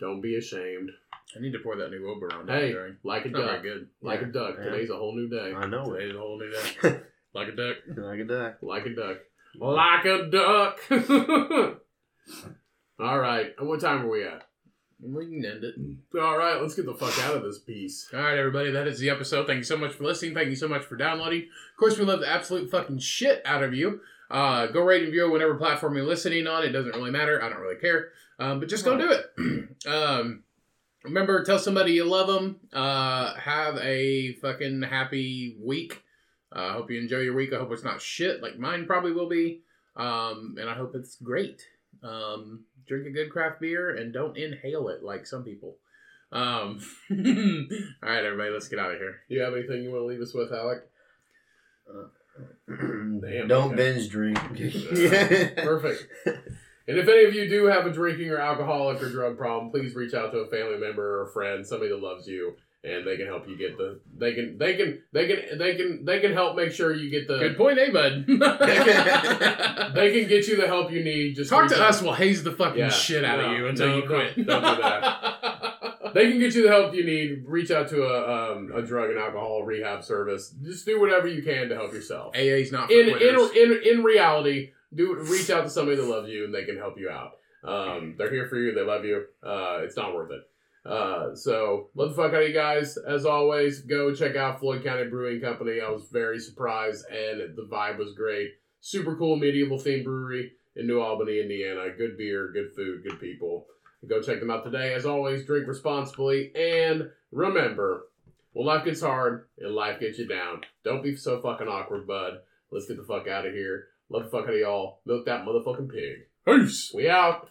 A: Don't be ashamed.
B: I need to pour that new Ober on down
A: Hey,
B: the drain.
A: like a
B: It's not
A: duck.
B: very good.
A: Like a duck.
C: Yeah.
A: Today's a whole new day.
C: I know it.
B: Today's a whole new day. like a duck.
C: Like a duck.
A: Like a duck. Like a duck. All right. and What time are we at?
B: We can end it.
A: All right. Let's get the fuck out of this piece.
B: All right, everybody, that is the episode. Thank you so much for listening. Thank you so much for downloading. Of course, we love the absolute fucking shit out of you. Uh, go rate and view on whatever platform you're listening on. It doesn't really matter. I don't really care. Um, but just go do it. um, remember, tell somebody you love them. Uh, have a fucking happy week. Uh, I hope you enjoy your week. I hope it's not shit like mine probably will be. Um, and I hope it's great. Um, drink a good craft beer and don't inhale it like some people. Um, all right, everybody, let's get out of here.
A: Do you have anything you want to leave us with, Alec?
C: Don't
A: okay.
C: binge drink.
A: Perfect. And if any of you do have a drinking or alcoholic or drug problem, please reach out to a family member or a friend, somebody that loves you, and they can help you get the. They can. They can. They can. They can. They can help make sure you get the.
B: Good point, eh, bud?
A: They can get you the help you need. Just
B: Talk
A: reach
B: to
A: out.
B: us. We'll haze the fucking
A: Yeah.
B: shit out
A: No,
B: of you until
A: no,
B: you quit.
A: don't- don't do They can get you the help you need. Reach out to a, um, a drug and alcohol rehab service. Just do whatever you can to help yourself.
B: AA's not for
A: In in,
B: quitters.
A: in in reality, do reach out to somebody that loves you and they can help you out. Um, they're here for you. They love you. Uh, it's not worth it. Uh, so love the fuck out of you guys. As always, go check out Floyd County Brewing Company. I was very surprised and the vibe was great. Super cool medieval themed brewery in New Albany, Indiana. Good beer, good food, good people. Go check them out today. As always, drink responsibly and remember, when life gets hard and life gets you down, don't be so fucking awkward, bud. Let's get the fuck out of here. Love the fuck out of y'all. Milk that motherfucking pig.
B: Peace.
A: We out.